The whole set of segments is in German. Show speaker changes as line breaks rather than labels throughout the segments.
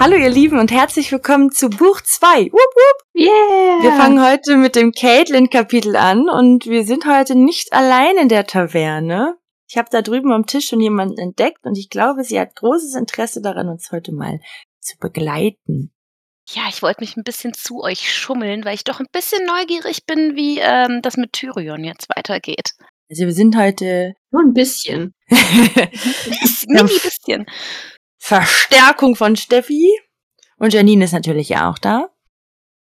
Hallo ihr Lieben und herzlich willkommen zu Buch 2. Wupp, wupp.
Yeah.
Wir fangen heute mit dem Caitlin-Kapitel an und wir sind heute nicht allein in der Taverne. Ich habe da drüben am Tisch schon jemanden entdeckt und ich glaube, sie hat großes Interesse daran, uns heute mal zu begleiten.
Ja, ich wollte mich ein bisschen zu euch schummeln, weil ich doch ein bisschen neugierig bin, wie ähm, das mit Tyrion jetzt weitergeht.
Also wir sind heute
Nur ein bisschen.
Mini bisschen.
Verstärkung von Steffi und Janine ist natürlich ja auch da.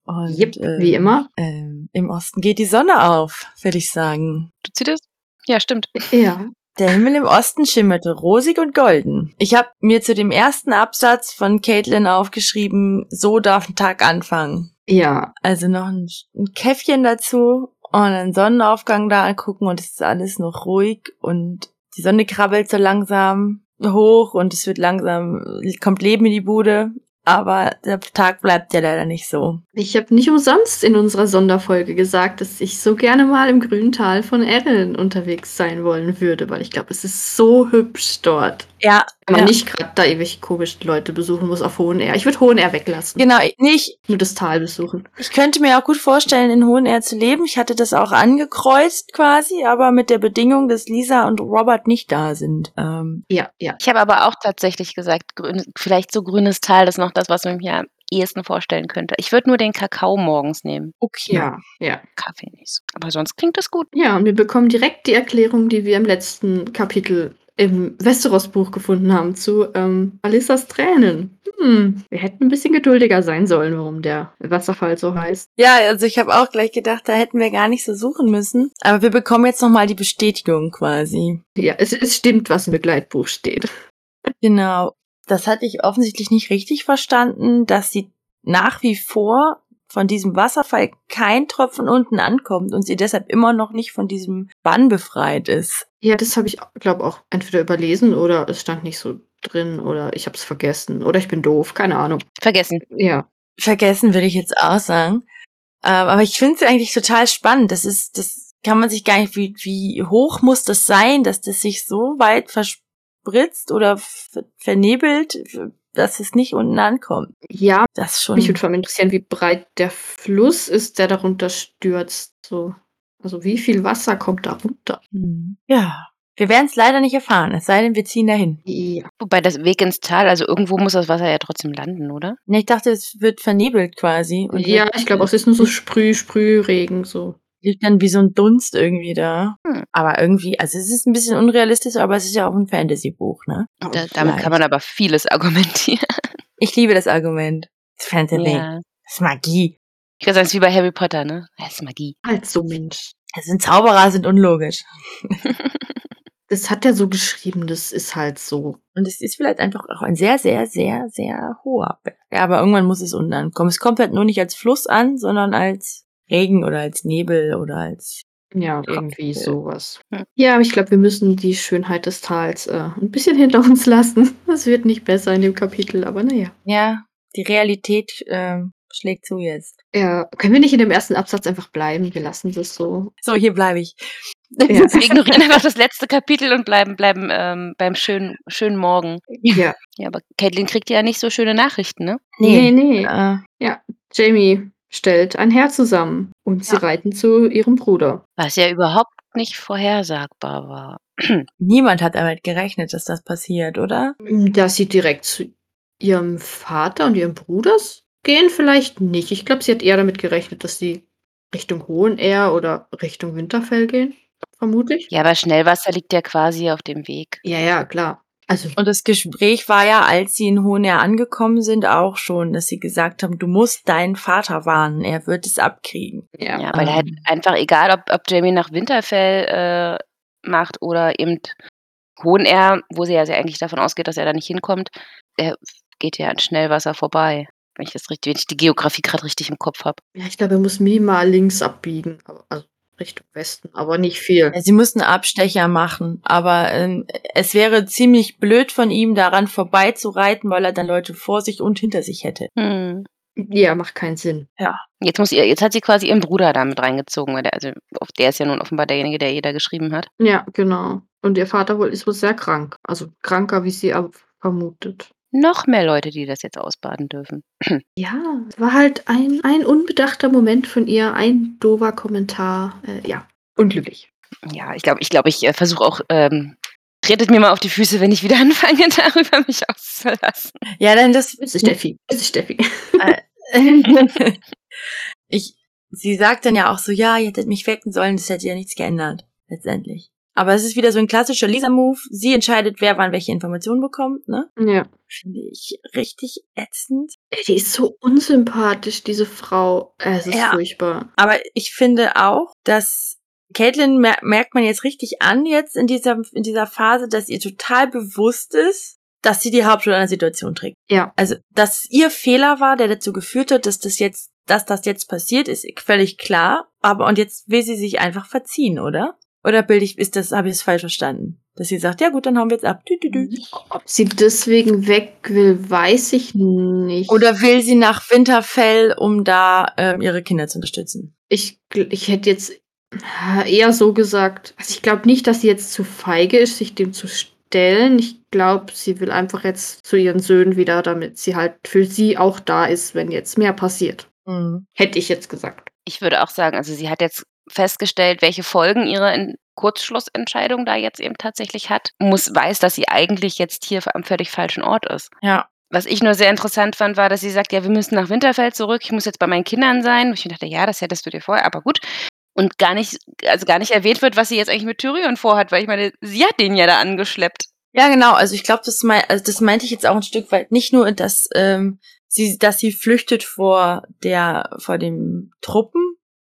Und,
Yep,
äh,
wie immer.
ähm, Im Osten geht die Sonne auf, würde ich sagen.
Du ziehst es? Ja, stimmt.
Ja.
Der Himmel im Osten schimmerte rosig und golden. Ich habe mir zu dem ersten Absatz von Caitlin aufgeschrieben, so darf ein Tag anfangen.
Ja.
Also noch ein, ein Käffchen dazu und einen Sonnenaufgang da angucken und es ist alles noch ruhig und die Sonne krabbelt so langsam hoch und es wird langsam, kommt Leben in die Bude, aber der Tag bleibt ja leider nicht so.
Ich habe nicht umsonst in unserer Sonderfolge gesagt, dass ich so gerne mal im grünen Tal von Erlen unterwegs sein wollen würde, weil ich glaube, es ist so hübsch dort.
Ja,
Wenn man
ja.
nicht gerade da irgendwelche komischen Leute besuchen muss auf Hohen R. Ich würde Hohen R weglassen.
genau, nicht
Nur das Tal besuchen.
Ich könnte mir auch gut vorstellen, in Hohenair zu leben. Ich hatte das auch angekreuzt quasi, aber mit der Bedingung, dass Lisa und Robert nicht da sind. Ähm,
Ja, ja.
Ich habe aber auch tatsächlich gesagt, grün, vielleicht so grünes Tal, das ist noch das, was man mir am ehesten vorstellen könnte. Ich würde nur den Kakao morgens nehmen.
okay.
Ja, ja.
Kaffee nicht so. Aber sonst klingt das gut.
Ja, und wir bekommen direkt die Erklärung, die wir im letzten Kapitel im Westeros-Buch gefunden haben, zu ähm, Alissas Tränen. Hm, wir hätten ein bisschen geduldiger sein sollen, warum der Wasserfall so heißt.
Ja, also ich habe auch gleich gedacht, da hätten wir gar nicht so suchen müssen. Aber wir bekommen jetzt nochmal die Bestätigung quasi.
Ja, es, es stimmt, was im Begleitbuch steht.
Genau. Das hatte ich offensichtlich nicht richtig verstanden, dass sie nach wie vor von diesem Wasserfall kein Tropfen unten ankommt und sie deshalb immer noch nicht von diesem Bann befreit ist.
Ja, das habe ich, glaube auch entweder überlesen oder es stand nicht so drin oder ich habe es vergessen oder ich bin doof, keine Ahnung.
Vergessen.
Ja,
vergessen, würde ich jetzt auch sagen. Ähm, aber ich finde es eigentlich total spannend. Das ist, das kann man sich gar nicht, wie, wie hoch muss das sein, dass das sich so weit verspritzt oder ver- vernebelt, dass es nicht unten ankommt.
ja
Das ist schon.
mich würde vor allem interessieren, wie breit der Fluss ist, der darunter stürzt. So. Also wie viel Wasser kommt da runter?
Hm. Ja. Wir werden es leider nicht erfahren, es sei denn, wir ziehen dahin.
Ja.
Wobei das Weg ins Tal, also irgendwo muss das Wasser ja trotzdem landen, oder?
Ne, Ich dachte, es wird vernebelt quasi und
ja,
wird-
ich glaube, es ist nur so Sprüh, Sprühregen, so.
liegt dann wie so ein Dunst irgendwie da.
Hm.
Aber irgendwie, also es ist ein bisschen unrealistisch, aber es ist ja auch ein Fantasy-Buch, ne?
Da, damit kann man aber vieles argumentieren.
Ich liebe das Argument. Das Fantasy.
Ja.
Das ist Magie.
Ich kann sagen, es ist wie bei Harry Potter, ne? Das ist Magie.
Also Mensch.
Also sind Zauberer sind unlogisch.
Das hat er so geschrieben, das ist halt so.
Und es ist vielleicht einfach auch ein sehr, sehr, sehr, sehr hoher Berg. Ja, aber irgendwann muss es unten ankommen. Es kommt halt nur nicht als Fluss an, sondern als Regen oder als Nebel oder als.
Ja,
Ja.
irgendwie sowas.
Hm.
Ja, aber ich glaube, wir müssen die Schönheit des Tals äh, ein bisschen hinter uns lassen. Es wird nicht besser in dem Kapitel, aber naja.
Ja, die Realität ähm, schlägt zu jetzt.
Ja, können wir nicht in dem ersten Absatz einfach bleiben? Wir lassen das so.
So, hier bleibe ich.
Ja.
Wir ignorieren einfach das letzte Kapitel und bleiben, bleiben ähm, beim schönen, schönen Morgen.
Ja.
Ja, aber Caitlin kriegt ja nicht so schöne Nachrichten, ne?
Nee,
Nee.
nee.
Äh,
Jamie stellt ein Herr zusammen und sie
Ja.
reiten zu ihrem Bruder.
Was ja überhaupt nicht vorhersagbar war.
niemand hat damit gerechnet, dass das passiert, oder?
Dass sie direkt zu ihrem Vater und ihrem Bruder s- gehen, vielleicht nicht. Ich glaube, sie hat eher damit gerechnet, dass sie Richtung Hohen Air oder Richtung Winterfell gehen. Vermutlich.
Ja, aber Schnellwasser liegt ja quasi auf dem Weg.
Ja, ja, klar. Also
Und das Gespräch war ja, als sie in Hohenair angekommen sind, auch schon, dass sie gesagt haben, du musst deinen Vater warnen, er wird es abkriegen.
Ja,
Ja.
weil halt
Ähm.
einfach egal, ob, ob Jamie nach Winterfell äh, macht oder eben Hohenair, wo sie ja sehr eigentlich davon ausgeht, dass er da nicht hinkommt, der geht ja an Schnellwasser vorbei. Wenn ich das richtig, wenn ich die Geografie gerade richtig im Kopf habe.
Ja, ich glaube, er muss minimal links abbiegen, aber, also Richtung Westen, aber nicht viel.
Ja, Sie mussten Abstecher machen, aber ähm, es wäre ziemlich blöd von ihm, daran vorbeizureiten, weil er dann Leute vor sich und hinter sich hätte.
Hm.
Ja, macht keinen Sinn.
Jetzt muss ihr, jetzt hat sie quasi ihren Bruder damit reingezogen, weil der, also auf der ist ja nun offenbar derjenige, der ihr da geschrieben hat.
Ja, genau. Und ihr Vater wohl ist wohl sehr krank, also kranker, wie sie ab- vermutet.
noch mehr Leute, die das jetzt ausbaden dürfen.
Ja, es war halt ein, ein unbedachter Moment von ihr, ein dober Kommentar. Äh, ja, unglücklich.
Ja, ich glaube, ich, glaube, ich äh, versuche auch, ähm, tretet mir mal auf die Füße, wenn ich wieder anfange, darüber mich auszulassen.
Ja, dann das.
Das ist Steffi. Das ist Steffi.
ich, sie sagt dann ja auch so, ja, ihr hättet mich wecken sollen, das hätte ja nichts geändert, letztendlich. Aber es ist wieder so ein klassischer Lisa-Move. Sie entscheidet, wer wann welche Informationen bekommt, ne?
Ja.
Finde ich richtig ätzend.
Ey, Die ist so unsympathisch, diese Frau. Äh, Es ist
Ja.
furchtbar.
Aber ich finde auch, dass Caitlin mer merkt man jetzt richtig an, jetzt in dieser, in dieser Phase, dass ihr total bewusst ist, dass sie die Hauptrolle an der Situation trägt.
Ja.
Also, dass es ihr Fehler war, der dazu geführt hat, dass das jetzt, dass das jetzt passiert, ist völlig klar. Aber, und jetzt will sie sich einfach verziehen, oder? Oder bilde ich, ist das, habe ich es falsch verstanden? Dass sie sagt, ja gut, dann hauen wir jetzt ab. Dü, dü, dü.
Ob sie deswegen weg will, weiß ich nicht.
Oder will sie nach Winterfell, um da ähm, ihre Kinder zu unterstützen?
ich, gl- ich hätte jetzt äh, eher so gesagt, also ich glaube nicht, dass sie jetzt zu feige ist, sich dem zu stellen. Ich glaube, sie will einfach jetzt zu ihren Söhnen wieder, damit sie halt für sie auch da ist, wenn jetzt mehr passiert.
Mhm.
Hätte ich jetzt gesagt.
Ich würde auch sagen, also sie hat jetzt festgestellt, welche Folgen ihre in Kurzschlussentscheidung da jetzt eben tatsächlich hat. Muss weiß, dass sie eigentlich jetzt hier am völlig falschen Ort ist.
Ja.
Was ich nur sehr interessant fand, war, dass sie sagt, ja, wir müssen nach Winterfell zurück, ich muss jetzt bei meinen Kindern sein. Und ich mir dachte, ja, das hättest du dir vorher, aber gut. Und gar nicht, also gar nicht erwähnt wird, was sie jetzt eigentlich mit Tyrion vorhat, weil ich meine, sie hat den ja da angeschleppt.
Ja, genau. Also ich glaube, das, mein, also das meinte ich jetzt auch ein Stück weit. Nicht nur, dass ähm, sie, dass sie flüchtet vor der, vor dem Truppen,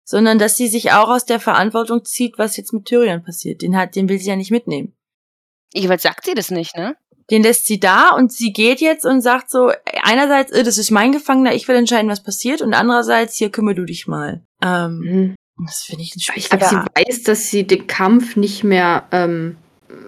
sondern dass sie sich auch aus der Verantwortung zieht, was jetzt mit Tyrion passiert. Den hat, den will sie ja nicht mitnehmen.
Jedenfalls sagt sie das nicht, ne?
Den lässt sie da und sie geht jetzt und sagt so, einerseits, äh, das ist mein Gefangener, ich will entscheiden, was passiert, und andererseits, hier kümmere du dich mal. Ähm, das finde ich ein
Ich
Spiel.
glaube, sie weiß, dass sie den Kampf nicht mehr ähm,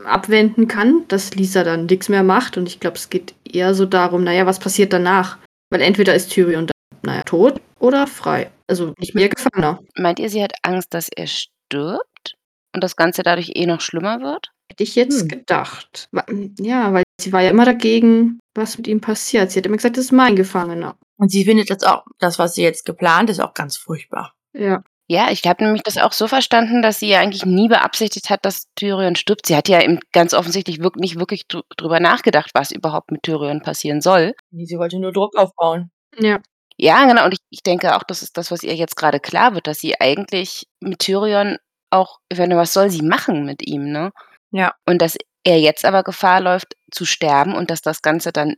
abwenden kann, dass Lisa dann nichts mehr macht. Und ich glaube, es geht eher so darum, naja, was passiert danach? Weil entweder ist Tyrion dann, naja, tot oder frei. Also nicht mehr Gefangener.
Meint ihr, sie hat Angst, dass er stirbt und das Ganze dadurch eh noch schlimmer wird?
Hätte ich jetzt
Hm.
gedacht. Wa- Ja, weil sie war ja immer dagegen, was mit ihm passiert. Sie hat immer gesagt, das ist mein Gefangener.
Und sie findet das auch, das, was sie jetzt geplant ist, auch ganz furchtbar.
Ja.
Ja, ich habe nämlich das auch so verstanden, dass sie ja eigentlich nie beabsichtigt hat, dass Tyrion stirbt. Sie hat ja eben ganz offensichtlich wirk- nicht wirklich dr- drüber nachgedacht, was überhaupt mit Tyrion passieren soll.
Nee, Sie wollte nur Druck aufbauen.
Ja.
Ja, genau. Und ich, ich denke auch, das ist das, was ihr jetzt gerade klar wird, dass sie eigentlich mit Tyrion auch, wenn was soll sie machen mit ihm, ne?
Ja.
Und dass er jetzt aber Gefahr läuft, zu sterben und dass das Ganze dann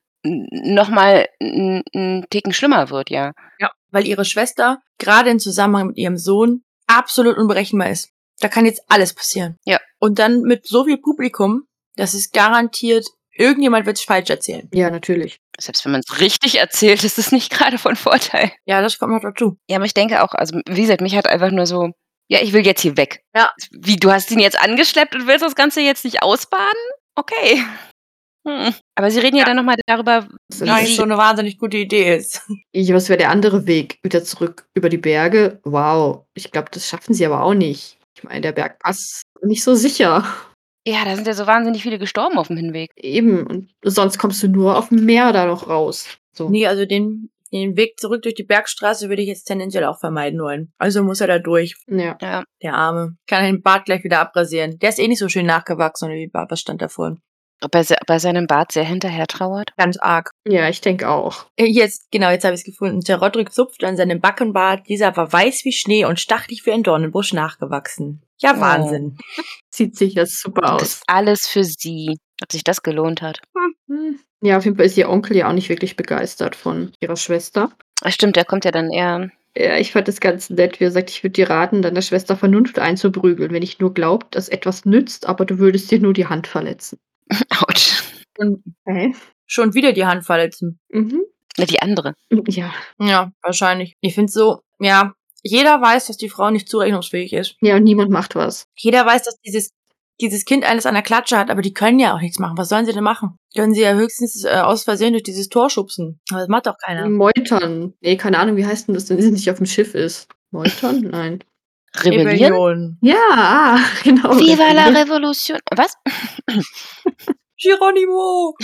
nochmal einen Ticken schlimmer wird, ja.
Ja. Weil ihre Schwester gerade im Zusammenhang mit ihrem Sohn absolut unberechenbar ist. Da kann jetzt alles passieren.
Ja.
Und dann mit so viel Publikum, das ist garantiert, irgendjemand wird es falsch erzählen.
Ja, natürlich.
Selbst wenn man es richtig erzählt, ist es nicht gerade von Vorteil.
Ja, das kommt noch dazu.
Ja, aber ich denke auch, also wie gesagt, mich hat einfach nur so, ja, ich will jetzt hier weg.
Ja.
Wie, du hast ihn jetzt angeschleppt und willst das Ganze jetzt nicht ausbaden? Okay. Hm. Aber sie reden ja,
Ja.
dann nochmal darüber,
Das
Das
wie
ist
sie,
so eine wahnsinnig gute Idee ist.
Ja, was wäre der andere Weg? Wieder zurück über die Berge? Wow. Ich glaube, das schaffen sie aber auch nicht. Ich meine, der Bergpass ist nicht so sicher.
ja, da sind ja so wahnsinnig viele gestorben auf dem Hinweg.
Eben. Und sonst kommst du nur auf dem Meer da noch raus. So.
Nee, also den, den Weg zurück durch die Bergstraße würde ich jetzt tendenziell auch vermeiden wollen. Also muss er da durch.
Ja.
Ja.
Der Arme. Kann den Bart gleich wieder abrasieren. Der ist eh nicht so schön nachgewachsen, oder wie Bart, was stand da vorhin?
Ob er se- bei seinem Bart sehr hinterher trauert?
Ganz arg.
ja, ich denke auch.
Äh, Jetzt, genau, jetzt habe ich es gefunden. Der Roderick zupfte an seinem Backenbart. Dieser war weiß wie Schnee und stachlich wie ein Dornenbusch nachgewachsen. Ja,
Oh.
Wahnsinn.
Sieht sich das super
Das
aus.
ist alles für sie. Ob sich das gelohnt hat.
Hm. Ja, auf jeden Fall ist ihr Onkel ja auch nicht wirklich begeistert von ihrer Schwester.
Ach, Ah, stimmt, der kommt ja dann eher.
Ja, ich fand das ganz nett, wie er sagt, ich würde dir raten, deiner Schwester Vernunft einzuprügeln, wenn ich nur glaubt, dass etwas nützt, aber du würdest dir nur die Hand verletzen.
Autsch.
Und
Hä?
schon wieder die Hand verletzen.
Mhm.
Na, Die andere.
Ja.
Ja, wahrscheinlich. Ich finde so, ja, jeder weiß, dass die Frau nicht zurechnungsfähig ist.
Ja, und niemand macht was.
Jeder weiß, dass dieses, dieses Kind alles an der Klatsche hat, aber die können ja auch nichts machen. Was sollen sie denn machen? Können sie ja höchstens äh, aus Versehen durch dieses Tor schubsen. Aber das macht doch
Hm.
keiner.
Meutern. Nee, keine Ahnung, wie heißt denn das, wenn sie nicht auf dem Schiff ist? Meutern? Nein.
Rebellieren?
Rebellion.
Ja, ah, genau.
Viva la Revolution. Was?
Geronimo!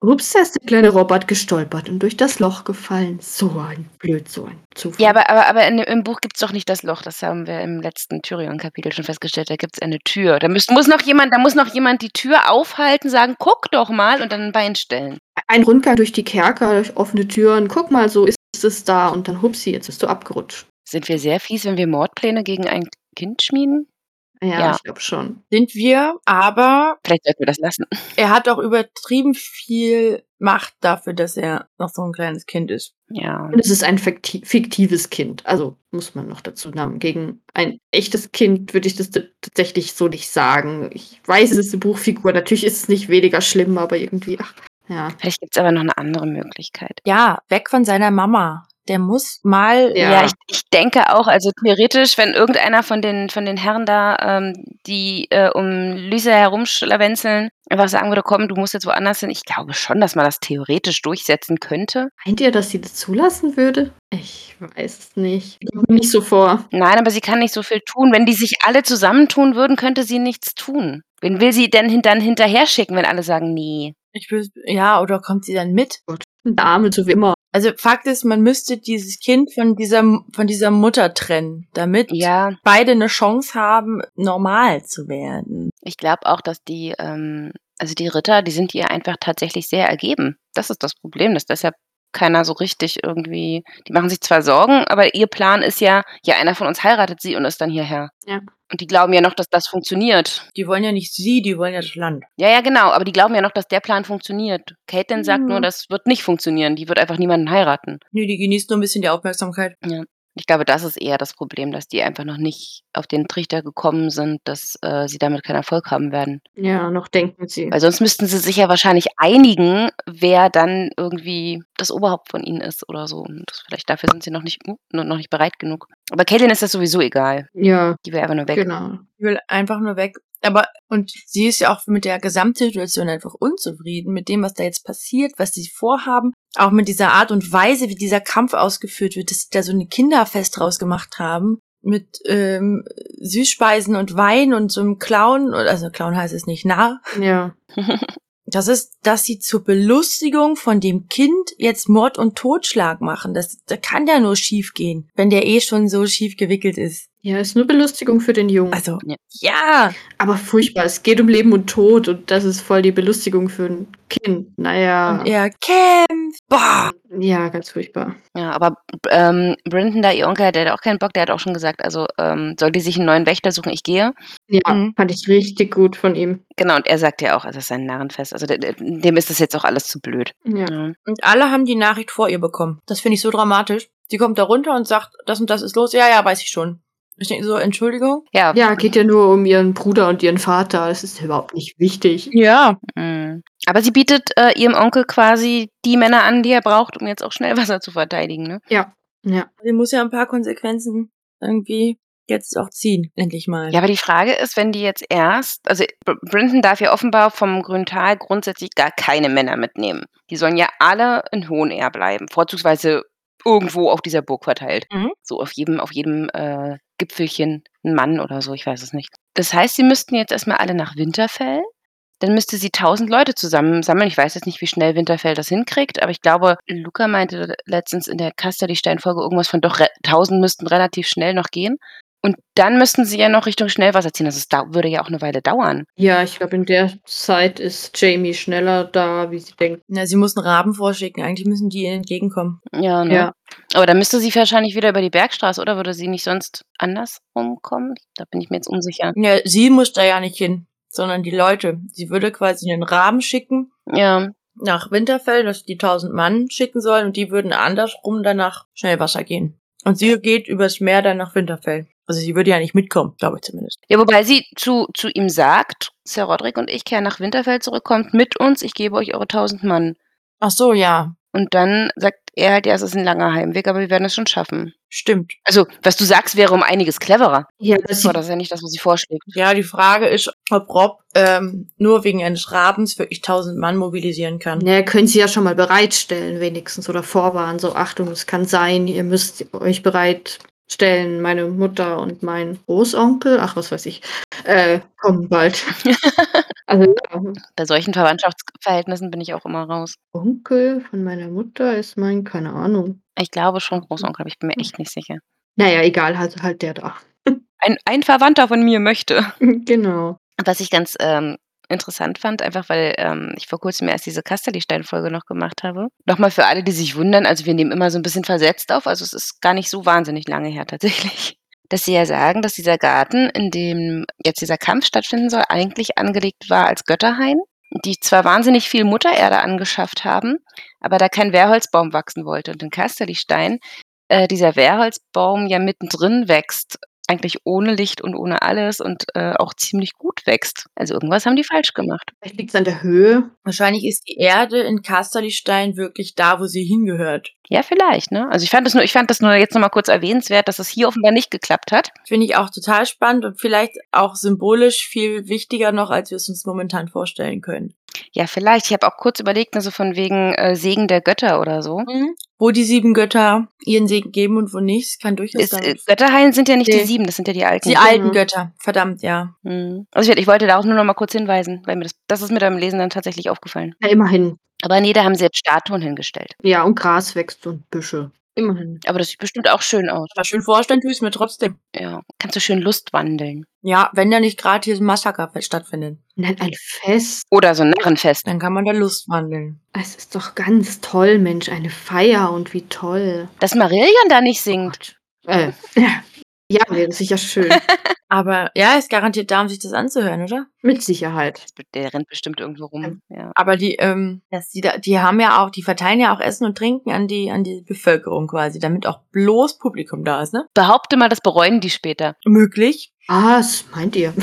Ups, da ist der kleine Robert gestolpert und durch das Loch gefallen. So ein blöd, so ein Zufall.
Ja, aber, aber, aber in, im Buch gibt es doch nicht das Loch. Das haben wir im letzten Tyrion-Kapitel schon festgestellt. Da gibt es eine Tür. Da, müsst, muss noch jemand, da muss noch jemand die Tür aufhalten, sagen, guck doch mal und dann ein Bein stellen.
Ein Rundgang durch die Kerker, durch offene Türen. Guck mal, so ist es da. Und dann hupsi, jetzt bist du abgerutscht.
Sind wir sehr fies, wenn wir Mordpläne gegen ein Kind schmieden?
Ja,
Ja.
ich glaube schon.
Sind wir, aber
Vielleicht sollten wir das lassen.
er hat auch übertrieben viel Macht dafür, dass er noch so ein kleines Kind ist.
Ja.
Und es ist ein fikti- fiktives Kind. Also muss man noch dazu nehmen. Gegen ein echtes Kind würde ich das t- tatsächlich so nicht sagen. Ich weiß, es ist eine Buchfigur. Natürlich ist es nicht weniger schlimm, aber irgendwie, ach, ja.
Vielleicht gibt es aber noch eine andere Möglichkeit.
Ja, weg von seiner Mama. Der muss mal
Ja.
Ja, ich, ich denke auch, also theoretisch, wenn irgendeiner von den, von den Herren da, ähm, die äh, um Lysa herumschlawenzeln, einfach sagen würde, komm, du musst jetzt woanders hin. Ich glaube schon, dass man das theoretisch durchsetzen könnte.
Meint ihr, dass sie das zulassen würde? Ich weiß es nicht. Ich komme nicht so vor.
Nein, aber sie kann nicht so viel tun. Wenn die sich alle zusammentun würden, könnte sie nichts tun. Wen will sie denn hin- dann hinterher schicken, wenn alle sagen, nee?
Ich will, ja, oder kommt sie dann mit?
Der Arme, so wie immer.
Also Fakt ist, man müsste dieses Kind von dieser, von dieser Mutter trennen, damit
Ja,
beide eine Chance haben, normal zu werden.
Ich glaube auch, dass die, ähm, also die Ritter, die sind ihr einfach tatsächlich sehr ergeben. Das ist das Problem, dass deshalb keiner so richtig irgendwie, die machen sich zwar Sorgen, aber ihr Plan ist ja, ja, einer von uns heiratet sie und ist dann hierher.
Ja.
Und die glauben ja noch, dass das funktioniert.
Die wollen ja nicht sie, die wollen ja das Land.
Ja, ja, genau, aber die glauben ja noch, dass der Plan funktioniert. Caitlin sagt nur,
Mhm.
das wird nicht funktionieren, die wird einfach niemanden heiraten.
Nö, die genießt nur ein bisschen die Aufmerksamkeit.
Ich glaube, das ist eher das Problem, dass die einfach noch nicht auf den Trichter gekommen sind, dass äh, sie damit keinen Erfolg haben werden.
Ja, noch denken sie.
Weil sonst müssten sie sich ja wahrscheinlich einigen, wer dann irgendwie das Oberhaupt von ihnen ist oder so. Und das, vielleicht dafür sind sie noch nicht, mu- noch nicht bereit genug. Aber Caitlin ist das sowieso egal.
Ja,
Die will einfach nur weg.
genau.
Ich will einfach nur weg. Aber, und sie ist ja auch mit der Gesamtsituation einfach unzufrieden, mit dem, was da jetzt passiert, was sie vorhaben, auch mit dieser Art und Weise, wie dieser Kampf ausgeführt wird, dass sie da so eine Kinderfest draus gemacht haben, mit ähm, Süßspeisen und Wein und so einem Clown, also Clown heißt es nicht, Narr.
Ja.
Das ist, dass sie zur Belustigung von dem Kind jetzt Mord und Totschlag machen. Das, das kann ja nur schief gehen, wenn der eh schon so schief gewickelt ist.
Ja, ist nur Belustigung für den Jungen.
Also,
Ja.
ja.
Aber furchtbar, es geht um Leben und Tod und das ist voll die Belustigung für ein Kind. Naja.
Und er kämpft. Boah.
Ja, ganz furchtbar.
Ja, aber ähm, Brinton, da ihr Onkel, hat, der hat auch keinen Bock. Der hat auch schon gesagt, also ähm, soll die sich einen neuen Wächter suchen, ich gehe.
Ja,
Mhm.
fand ich richtig gut von ihm.
Genau, und er sagt ja auch, also es ist ein Narrenfest. Also der, der, dem ist das jetzt auch alles zu blöd.
Ja.
Ja.
Und alle haben die Nachricht vor ihr bekommen. Das finde ich so dramatisch. Sie kommt da runter und sagt, das und das ist los. Ja, ja, weiß ich schon. Ich denke so, Entschuldigung.
Ja.
ja, geht ja nur um ihren Bruder und ihren Vater. Das ist überhaupt nicht wichtig.
Ja.
Mhm. Aber sie bietet äh, ihrem Onkel quasi die Männer an, die er braucht, um jetzt auch Schnellwasser zu verteidigen. Ne?
Ja.
Sie muss ja ein paar Konsequenzen irgendwie jetzt auch ziehen. Endlich mal.
Ja, aber die Frage ist, wenn die jetzt erst, also Br- Brinton darf ja offenbar vom Grüntal grundsätzlich gar keine Männer mitnehmen. Die sollen ja alle in Hohenair bleiben, vorzugsweise irgendwo auf dieser Burg verteilt.
Mhm.
So auf jedem, auf jedem äh, Gipfelchen ein Mann oder so, ich weiß es nicht. Das heißt, sie müssten jetzt erstmal alle nach Winterfell. Dann müsste sie tausend Leute zusammensammeln. Ich weiß jetzt nicht, wie schnell Winterfell das hinkriegt, aber ich glaube, Luca meinte letztens in der Kasterlichstein-Folge irgendwas von doch re- tausend müssten relativ schnell noch gehen. Und dann müssten sie ja noch Richtung Schnellwasser ziehen. Also es dau- würde ja auch eine Weile dauern.
Ja, ich glaube, in der Zeit ist Jamie schneller da, wie sie denkt.
Na, sie muss einen Raben vorschicken. Eigentlich müssen die ihr entgegenkommen.
Ja, ne?
Ja.
Aber dann müsste sie wahrscheinlich wieder über die Bergstraße, oder würde sie nicht sonst anders rumkommen? Da bin ich mir jetzt unsicher.
Ja, sie muss da ja nicht hin, sondern die Leute. Sie würde quasi einen Raben schicken
Ja,
nach Winterfell, dass die 1000 Mann schicken sollen und die würden andersrum dann nach Schnellwasser gehen. Und sie geht übers Meer dann nach Winterfell. Also sie würde ja nicht mitkommen, glaube ich zumindest.
ja wobei sie zu, zu ihm sagt, Sir Roderick und ich kehren nach Winterfell zurück, kommt mit uns, ich gebe euch eure tausend Mann.
Ach so, ja.
Und dann sagt er halt, ja, es ist ein langer Heimweg, aber wir werden es schon schaffen.
Stimmt.
Also, was du sagst, wäre um einiges cleverer.
Ja,
Das war das ist ja nicht das, was sie vorschlägt.
Ja, die Frage ist, ob Rob ähm, nur wegen eines Rabens wirklich 1000 Mann mobilisieren kann.
Ne, können Sie ja schon mal bereitstellen, wenigstens oder vorwarnen. So, Achtung, es kann sein, ihr müsst euch bereit Stellen. Meine Mutter und mein Großonkel, ach was weiß ich, äh, kommen bald. also ja,
Bei solchen Verwandtschaftsverhältnissen bin ich auch immer raus.
Onkel von meiner Mutter ist mein, keine Ahnung.
Ich glaube schon Großonkel, aber ich bin mir echt nicht sicher.
Naja, egal, halt, halt der da.
Ein, ein Verwandter von mir möchte.
genau.
Was ich ganz ähm, interessant fand, einfach weil ähm, ich vor kurzem erst diese Kasterli-Stein-Folge noch gemacht habe. Nochmal für alle, die sich wundern, also wir nehmen immer so ein bisschen versetzt auf, also es ist gar nicht so wahnsinnig lange her tatsächlich. Dass sie ja sagen, dass dieser Garten, in dem jetzt dieser Kampf stattfinden soll, eigentlich angelegt war als Götterhain, die zwar wahnsinnig viel Muttererde angeschafft haben, aber da kein Wehrholzbaum wachsen wollte. Und in Kasterli-Stein äh, dieser Wehrholzbaum ja mittendrin wächst eigentlich ohne Licht und ohne alles und äh, auch ziemlich gut wächst. Also irgendwas haben die falsch gemacht.
Vielleicht liegt es an der Höhe.
Wahrscheinlich ist die Erde in Kasterlistein wirklich da, wo sie hingehört.
Ja, vielleicht, ne? Also ich fand das nur, ich fand das nur jetzt nochmal kurz erwähnenswert, dass das hier offenbar nicht geklappt hat.
Finde ich auch total spannend und vielleicht auch symbolisch viel wichtiger noch, als wir es uns momentan vorstellen können.
Ja, vielleicht. Ich habe auch kurz überlegt, also von wegen äh, Segen der Götter oder so.
Hm? Wo die sieben Götter ihren Segen geben und wo nicht, es kann durchaus
Ist, äh,
sein.
Götterhain sind ja nicht
Nee.
die sieben, das sind ja die alten.
Die alten Götter, verdammt, ja.
Mhm. Also ich, ich wollte darauf nur nochmal kurz hinweisen, weil mir das, das ist mir beim Lesen dann tatsächlich aufgefallen.
Ja, immerhin.
Aber nee, da haben sie jetzt Statuen hingestellt.
Ja, und Gras wächst und Büsche. Immerhin.
Aber das sieht bestimmt auch schön aus.
Aber schön vorstellen tue ich es mir trotzdem.
Ja. Kannst du schön Lust wandeln.
Ja, wenn da nicht gerade hier so ein Massaker stattfindet,
Nein, ein Fest.
Oder so ein Narrenfest.
dann kann man da Lust wandeln.
Es ist doch ganz toll, Mensch. Eine Feier und wie toll.
Dass Marillion da nicht singt.
Äh, ja, wäre sicher schön.
Aber ja, ist garantiert da, um sich das anzuhören, oder?
Mit Sicherheit.
Das be- Der rennt bestimmt irgendwo rum. Ja.
Aber die, ähm, dass die, da, die haben ja auch, die verteilen ja auch Essen und Trinken an die, an die Bevölkerung quasi, damit auch bloß Publikum da ist, ne?
Behaupte mal, das bereuen die später.
Möglich.
Was meint ihr?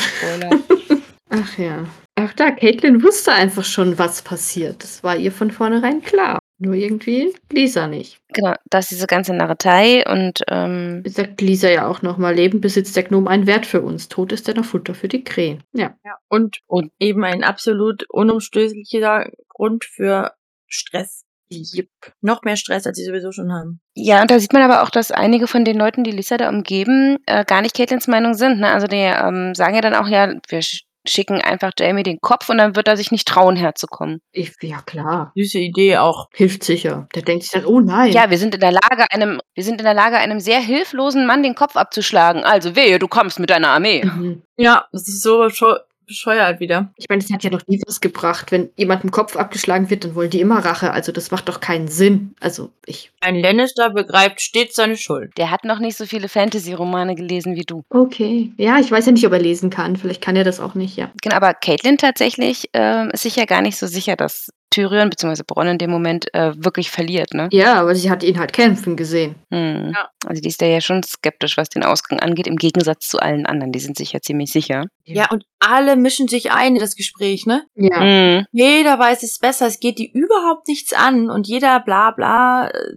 Ach ja. Ach da, Caitlin wusste einfach schon, was passiert. Das war ihr von vornherein klar. Nur irgendwie Lisa nicht.
genau, da ist diese ganze Narretei und ähm,
Sagt Lisa ja auch nochmal, Leben besitzt der Gnom einen Wert für uns. Tod ist dennoch Futter für die Krähen. Ja.
Ja. Und,
Und-
eben ein absolut unumstößlicher Grund für Stress.
Yep.
Noch mehr Stress, als sie sowieso schon haben.
ja, und da sieht man aber auch, dass einige von den Leuten, die Lisa da umgeben, äh, gar nicht Caitlins Meinung sind. Ne? Also die ähm, sagen ja dann auch, ja, wir sch- schicken einfach Jamie den Kopf und dann wird er sich nicht trauen, herzukommen.
Ich, ja, klar.
Süße Idee auch.
Hilft sicher. Der denkt sich dann, oh nein.
Ja, wir sind in der Lage, einem, wir sind in der Lage, einem sehr hilflosen Mann den Kopf abzuschlagen. Also wehe, du kommst mit deiner Armee.
Mhm.
Ja, das ist so bescho- bescheuert wieder.
Ich meine, es hat ja noch nie was gebracht. Wenn jemandem Kopf abgeschlagen wird, dann wollen die immer Rache. Also das macht doch keinen Sinn. Also ich.
Ein Lannister begreift stets seine Schuld.
Der hat noch nicht so viele Fantasy-Romane gelesen wie du.
Okay. Ja, ich weiß ja nicht, ob er lesen kann. Vielleicht kann er das auch nicht, ja.
Genau, aber Caitlin tatsächlich ähm, ist sich ja gar nicht so sicher, dass Tyrion bzw. Bronn in dem Moment äh, wirklich verliert, ne?
Ja, aber sie hat ihn halt kämpfen gesehen.
Hm.
Ja.
Also die ist da ja schon skeptisch, was den Ausgang angeht, im Gegensatz zu allen anderen. Die sind sich ja ziemlich sicher.
Ja, und alle mischen sich ein in das Gespräch, ne?
Ja.
Hm.
Jeder weiß es besser, es geht die überhaupt nichts an und jeder bla bla äh,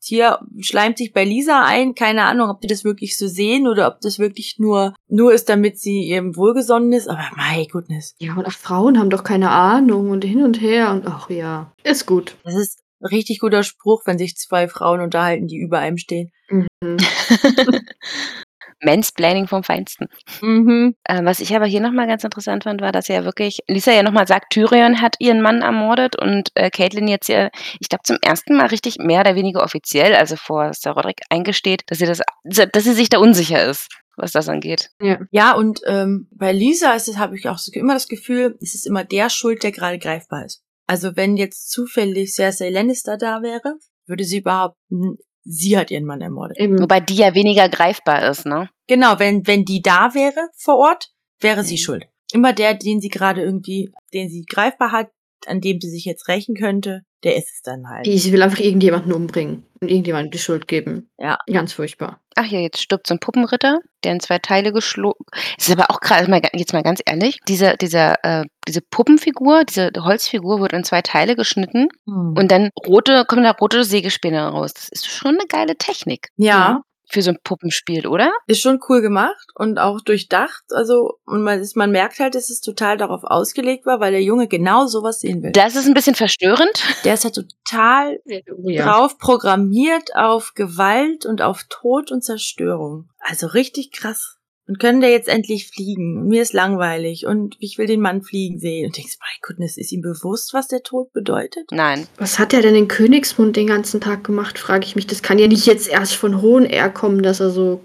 hier schleimt sich bei Lisa ein, keine Ahnung, ob die das wirklich so sehen oder ob das wirklich nur nur ist, damit sie ihrem wohlgesonnen ist, aber my goodness.
Ja, und auch Frauen haben doch keine Ahnung und hin und her und ach ja. Ist gut.
Das ist ein richtig guter Spruch, wenn sich zwei Frauen unterhalten, die über einem stehen.
Mhm.
Mansplaining vom Feinsten.
Mhm.
Äh, was ich aber hier nochmal ganz interessant fand, war, dass ja wirklich, Lisa ja nochmal sagt, Tyrion hat ihren Mann ermordet und äh, Caitlin jetzt ja, ich glaube, zum ersten Mal richtig mehr oder weniger offiziell, also vor Sir Roderick eingesteht, dass sie das, dass sie sich da unsicher ist, was das angeht.
Ja, und ähm, bei Lisa ist es, habe ich auch so immer das Gefühl, es ist immer der schuld, der gerade greifbar ist. Also wenn jetzt zufällig Cersei Lannister da wäre, würde sie behaupten, sie hat ihren Mann ermordet.
Eben.
Wobei die ja weniger greifbar ist, ne?
Genau, wenn, wenn die da wäre vor Ort, wäre sie
Mhm.
schuld. Immer der, den sie gerade irgendwie, den sie greifbar hat, an dem sie sich jetzt rächen könnte, der ist es dann halt.
Die- Sie will einfach irgendjemanden umbringen und irgendjemandem die Schuld geben.
Ja.
Ganz furchtbar.
Ach ja, jetzt stirbt so ein Puppenritter, der in zwei Teile geschlagen. Ist aber auch krass, mal ga- jetzt mal ganz ehrlich, diese, dieser, äh, diese Puppenfigur, diese Holzfigur wird in zwei Teile geschnitten
Hm.
und dann rote, kommen da rote Sägespäne raus. Das ist schon eine geile Technik.
ja,
für so ein Puppenspiel, oder?
Ist schon cool gemacht und auch durchdacht. Also, und man, ist, man merkt halt, dass es total darauf ausgelegt war, weil der Junge genau sowas sehen will.
Das ist ein bisschen verstörend.
Der ist ja total drauf programmiert auf Gewalt und auf Tod und Zerstörung. Also richtig krass. Und können der jetzt endlich fliegen? Und mir ist langweilig und ich will den Mann fliegen sehen. Und denkst, mein Goodness, ist ihm bewusst, was der Tod bedeutet?
Nein.
Was hat er denn in Königsmund den ganzen Tag gemacht, frage ich mich. Das kann ja nicht jetzt erst von hohen R kommen, dass er so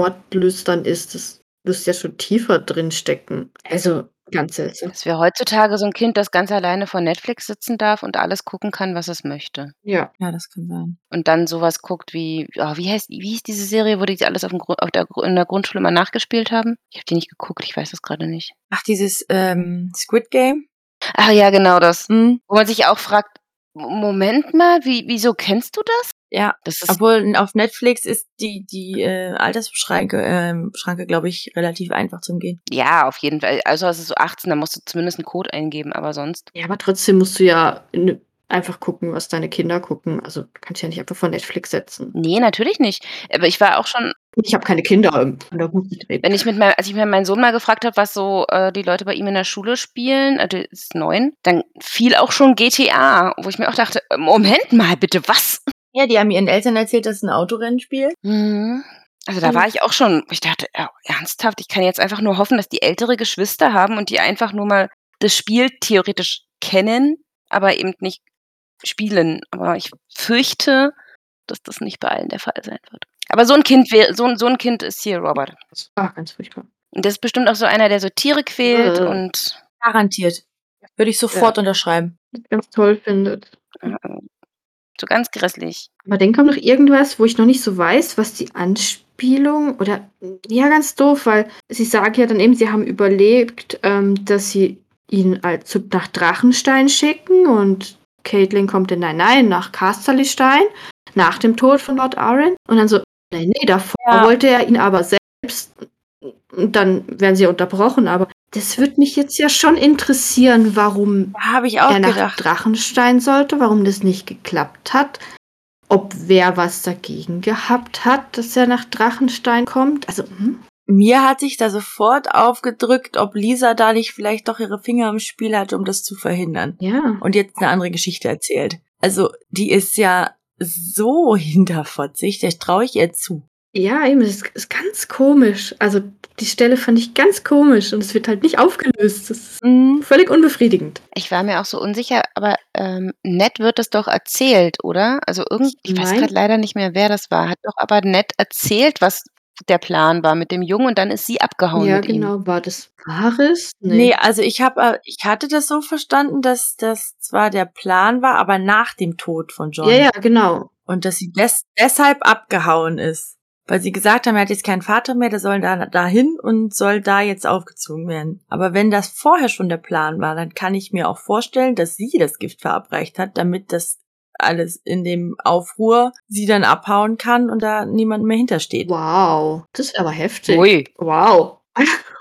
mordlüstern ist. Das muss ja schon tiefer drin stecken. Also, ganz seltsam.
Dass wir heutzutage so ein Kind, das ganz alleine vor Netflix sitzen darf und alles gucken kann, was es möchte.
Ja.
Ja, das kann sein.
Und dann sowas guckt wie, oh, wie heißt, wie hieß diese Serie, wo die alles auf dem, Grund- auf der, in der Grundschule mal nachgespielt haben? Ich habe die nicht geguckt, ich weiß das gerade nicht.
Ach, dieses ähm, Squid Game?
Ah ja, genau das.
Hm,
Wo man sich auch fragt, "M- Moment mal, wie, wieso kennst du das?
ja.
Das ist
Obwohl auf Netflix ist die, die äh, Altersschranke, ähm, Schranke, glaube ich, relativ einfach zum Gehen.
ja auf jeden Fall. Also es ist so 18, da musst du zumindest einen Code eingeben, aber sonst.
Ja, aber trotzdem musst du ja n- einfach gucken, was deine Kinder gucken. Also, du kannst ja nicht einfach von Netflix setzen.
Nee, natürlich nicht. Aber ich war auch schon,
Ich habe keine Kinder ähm, von der Hut gedreht.
wenn ich mit meinem, als ich mir meinen Sohn mal gefragt habe, was so äh, die Leute bei ihm in der Schule spielen, also ist neun, dann fiel auch schon GTA, wo ich mir auch dachte, äh, Moment mal, bitte was?
Ja, die haben ihren Eltern erzählt, dass es ein Autorennspiel.
Mhm. Also da
Mhm.
war ich auch schon, ich dachte, ja, ernsthaft, ich kann jetzt einfach nur hoffen, dass die ältere Geschwister haben und die einfach nur mal das Spiel theoretisch kennen, aber eben nicht spielen. Aber ich fürchte, dass das nicht bei allen der Fall sein wird. Aber so ein Kind, wär, so, ein- so ein Kind ist hier Robert.
Ach, Ah, ganz furchtbar.
Und das ist bestimmt auch so einer, der so Tiere quält
Äh.
und
Garantiert. Würde ich sofort unterschreiben.
Ganz toll findet.
äh, so ganz grässlich.
Aber dann kommt noch irgendwas, wo ich noch nicht so weiß, was die Anspielung oder ja, ganz doof, weil sie sagen ja dann eben, sie haben überlegt, ähm, dass sie ihn als, zu, nach Drachenstein schicken und Caitlin kommt dann, nein, nein, nach Casterlystein, nach dem Tod von Lord Arryn und dann so, nee, nee, davor
Ja.
wollte er ihn aber selbst und dann werden sie ja unterbrochen, aber das würde mich jetzt ja schon interessieren, warum
Da habe ich auch
er nach
gedacht.
Drachenstein sollte, warum das nicht geklappt hat, ob wer was dagegen gehabt hat, dass er nach Drachenstein kommt. Also, hm?
Mir hat sich da sofort aufgedrückt, ob Lisa da nicht vielleicht doch ihre Finger im Spiel hatte, um das zu verhindern.
ja.
und jetzt eine andere Geschichte erzählt. Also, die ist ja so hinterfotzig, der traue ich ihr zu.
Ja, eben, das ist, ist ganz komisch. Also, die Stelle fand ich ganz komisch und es wird halt nicht aufgelöst. Das ist
Mhm.
völlig unbefriedigend.
Ich war mir auch so unsicher, aber ähm, Ned wird das doch erzählt, oder? Also irgend, ich weiß
Nein.
gerade leider nicht mehr, wer das war. Hat doch aber Ned erzählt, was der Plan war mit dem Jungen und dann ist sie abgehauen
ja,
mit ihm.
genau. War das Wahres?
Nee. also ich habe, ich hatte das so verstanden, dass das zwar der Plan war, aber nach dem Tod von John.
ja, ja, genau.
Und dass sie des, deshalb abgehauen ist. Weil sie gesagt haben, er hat jetzt keinen Vater mehr, der soll da dahin und soll da jetzt aufgezogen werden. Aber wenn das vorher schon der Plan war, dann kann ich mir auch vorstellen, dass sie das Gift verabreicht hat, damit das alles in dem Aufruhr sie dann abhauen kann und da niemand mehr hintersteht.
Wow. Das ist aber heftig.
Ui.
Wow.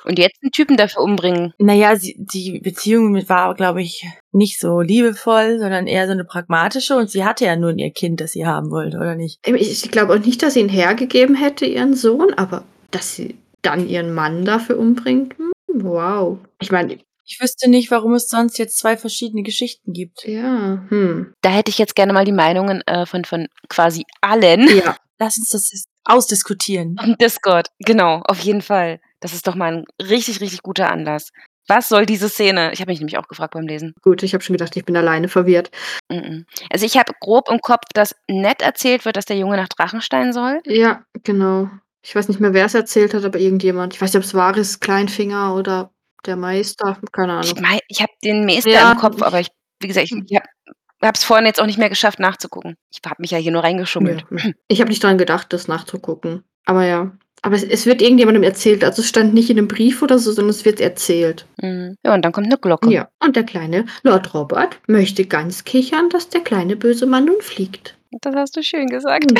Und jetzt einen Typen dafür umbringen.
Naja, sie, die Beziehung mit war, glaube ich, nicht so liebevoll, sondern eher so eine pragmatische und sie hatte ja nun ihr Kind, das sie haben wollte, oder nicht?
Eben, Ich, ich glaube auch nicht, dass sie ihn hergegeben hätte, ihren Sohn, aber dass sie dann ihren Mann dafür umbringt. hm, Wow. Ich meine,
Ich wüsste nicht, warum es sonst jetzt zwei verschiedene Geschichten gibt.
ja, hm.
Da hätte ich jetzt gerne mal die Meinungen äh, von, von quasi allen
Ja,
Lass uns das jetzt ausdiskutieren.
auf dem Discord. Genau, auf jeden Fall. Das ist doch mal ein richtig, richtig guter Anlass. Was soll diese Szene? Ich habe mich nämlich auch gefragt beim Lesen.
gut, ich habe schon gedacht, ich bin alleine verwirrt.
Mhm. Also ich habe grob im Kopf, dass Ned erzählt wird, dass der Junge nach Drachenstein soll.
Ja, genau. Ich weiß nicht mehr, wer es erzählt hat, aber irgendjemand. Ich weiß nicht, ob es Waris Kleinfinger oder der Meister, keine
Ich,
Ahnung.
mein, ich habe den Meister
Ja,
im Kopf,
ich-
aber ich, wie gesagt, ich, ich habe es vorhin jetzt auch nicht mehr geschafft nachzugucken. Ich habe mich ja hier nur reingeschummelt.
Ja. Ich habe nicht dran gedacht, das nachzugucken. Aber ja. Aber es, es wird irgendjemandem erzählt. Also es stand nicht in einem Brief oder so, sondern es wird erzählt.
Mhm. Ja, und dann kommt eine Glocke.
Ja. Und der kleine Lord Robert möchte ganz kichern, dass der kleine böse Mann nun fliegt.
Das hast du
Mhm.
schön gesagt.
Hm.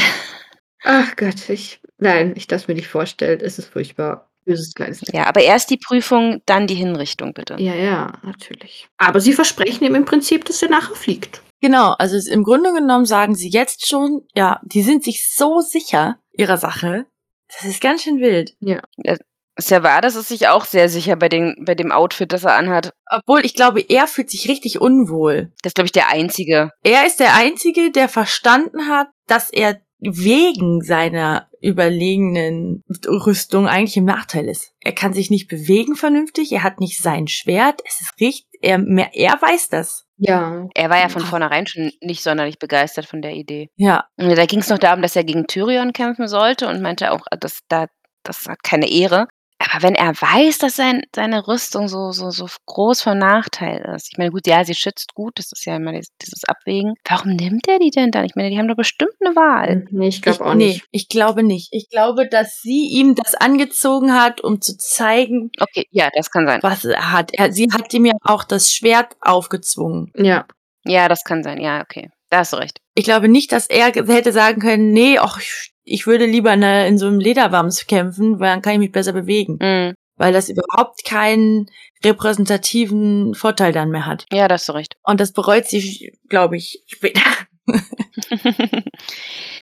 Ach Gott, ich. Nein, ich das mir nicht vorstellen. Es ist furchtbar. böses kleines
Ja, aber erst die Prüfung, dann die Hinrichtung, bitte.
Ja, ja, natürlich. Aber sie versprechen ihm im Prinzip, dass er nachher fliegt.
Genau, also es, im Grunde genommen sagen sie jetzt schon, ja, die sind sich so sicher ihrer Sache. Das ist ganz schön wild.
Ist ja wahr, das ist sich auch sehr sicher bei, den, bei dem Outfit, das er anhat.
Obwohl, ich glaube, er fühlt sich richtig unwohl.
Das ist, glaube ich, der einzige.
Er ist der Einzige, der verstanden hat, dass er wegen seiner überlegenen Rüstung eigentlich im Nachteil ist. Er kann sich nicht bewegen vernünftig, er hat nicht sein Schwert, es ist richtig, er, mer- er weiß das.
Ja.
Er war ja von vornherein schon nicht sonderlich begeistert von der Idee.
Ja,
Und da ging es noch darum, dass er gegen Tyrion kämpfen sollte und meinte auch, äh, dass da, das hat keine Ehre. Aber wenn er weiß, dass sein, seine Rüstung so, so, so groß von Nachteil ist, ich meine, gut, ja, sie schützt gut, das ist ja immer dieses- dieses Abwägen. Warum nimmt er die denn dann? Ich meine, die haben doch bestimmt eine Wahl.
Nee, ich glaube auch
nee,
nicht.
ich glaube nicht. Ich glaube, dass sie ihm das angezogen hat, um zu zeigen,
Okay, ja, das kann sein.
was er hat. Er, sie hat ihm ja auch das Schwert aufgezwungen.
Ja.
Ja, das kann sein. Ja, okay. Da hast du recht.
Ich glaube nicht, dass er ge- hätte sagen können, nee, ach, ich, ich würde lieber in, einer- in so einem Lederwams kämpfen, weil dann kann ich mich besser bewegen.
Mhm.
Mm,
Weil das überhaupt keinen repräsentativen Vorteil dann mehr hat.
ja, da hast du recht.
Und das bereut sie, glaube ich, später.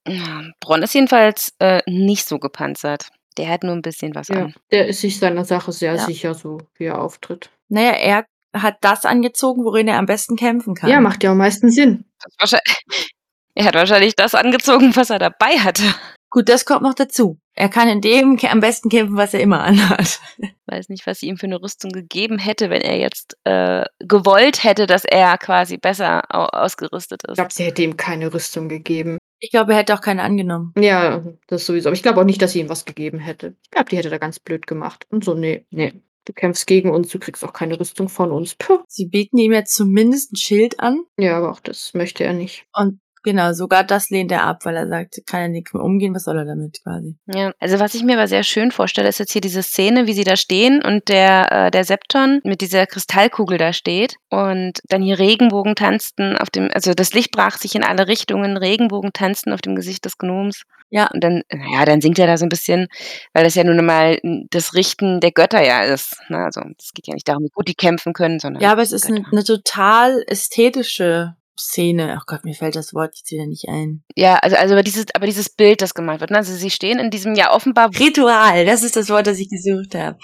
Ja, Bronn ist jedenfalls äh, nicht so gepanzert. Der hat nur ein bisschen was
ja.
an.
Der ist sich seiner Sache sehr
Ja.
sicher, so wie er auftritt.
Naja, er hat das angezogen, worin er am besten kämpfen kann.
Ja, macht ja am meisten Sinn.
Das ist wahrscheinlich- Er hat wahrscheinlich das angezogen, was er dabei hatte.
Gut, das kommt noch dazu. Er kann in dem kä- am besten kämpfen, was er immer anhat.
Weiß nicht, was sie ihm für eine Rüstung gegeben hätte, wenn er jetzt äh, gewollt hätte, dass er quasi besser au ausgerüstet
Ich
ist.
glaube, sie hätte ihm keine Rüstung gegeben.
Ich glaube, er hätte auch keine angenommen.
Ja, das sowieso. Aber ich glaube auch nicht, dass sie ihm was gegeben hätte. Ich glaube, die hätte da ganz blöd gemacht. Und so, nee, nee. Du kämpfst gegen uns, du kriegst auch keine Rüstung von uns. Puh.
Sie bieten ihm jetzt zumindest ein Schild an.
Ja, aber auch das möchte er nicht.
Und genau, sogar das lehnt er ab, weil er sagt, kann er nicht mehr umgehen, was soll er damit quasi?
Ja, also was ich mir aber sehr schön vorstelle, ist jetzt hier diese Szene, wie sie da stehen und der, äh, der Septon mit dieser Kristallkugel da steht und dann hier Regenbogen tanzten auf dem, also das Licht brach sich in alle Richtungen, Regenbogen tanzten auf dem Gesicht des Gnoms.
Ja.
Und dann, ja, dann singt er da so ein bisschen, weil das ja nun mal das Richten der Götter ja ist. Ne? Also es geht ja nicht darum, wie gut die kämpfen können, sondern
Ja, aber es ist eine,
Götter.
eine total ästhetische Szene. Ach Gott, mir fällt das Wort jetzt wieder nicht ein.
ja, also, also aber dieses, aber dieses Bild, das gemalt wird. Ne? Also sie stehen in diesem ja offenbar
Ritual, das ist das Wort, das ich gesucht habe.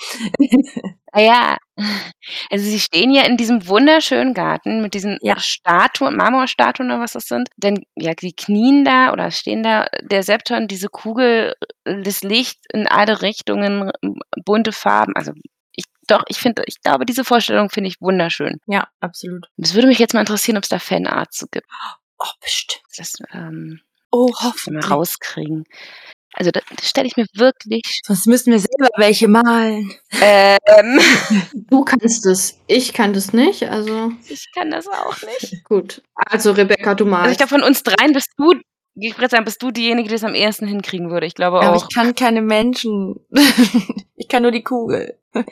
Ah ja, also sie stehen ja in diesem wunderschönen Garten mit diesen
Ja.
Statuen, Marmorstatuen oder was das sind. Denn ja, die knien da oder stehen da, der Septon, diese Kugel, äh, das Licht in alle Richtungen, m- bunte Farben. Also ich, doch, ich finde, ich glaube, diese Vorstellung finde ich wunderschön.
Ja, absolut.
Es würde mich jetzt mal interessieren, ob es da Fanarts so gibt.
Oh, bestimmt.
Das ähm,
Oh,
müssen wir mal
hoffentlich.
rauskriegen. Also das, das stelle ich mir wirklich.
Sonst müssen wir selber welche malen.
Ähm,
Du kannst es. Ich kann das nicht, also
ich kann das auch nicht.
gut. Also, Rebecca, du
Also ich
malst.
glaube, von uns dreien bist du, ich würde sagen, bist du diejenige, die es am ehesten hinkriegen würde. Ich glaube
Aber
auch.
ich kann keine Menschen. ich kann nur die Kugel.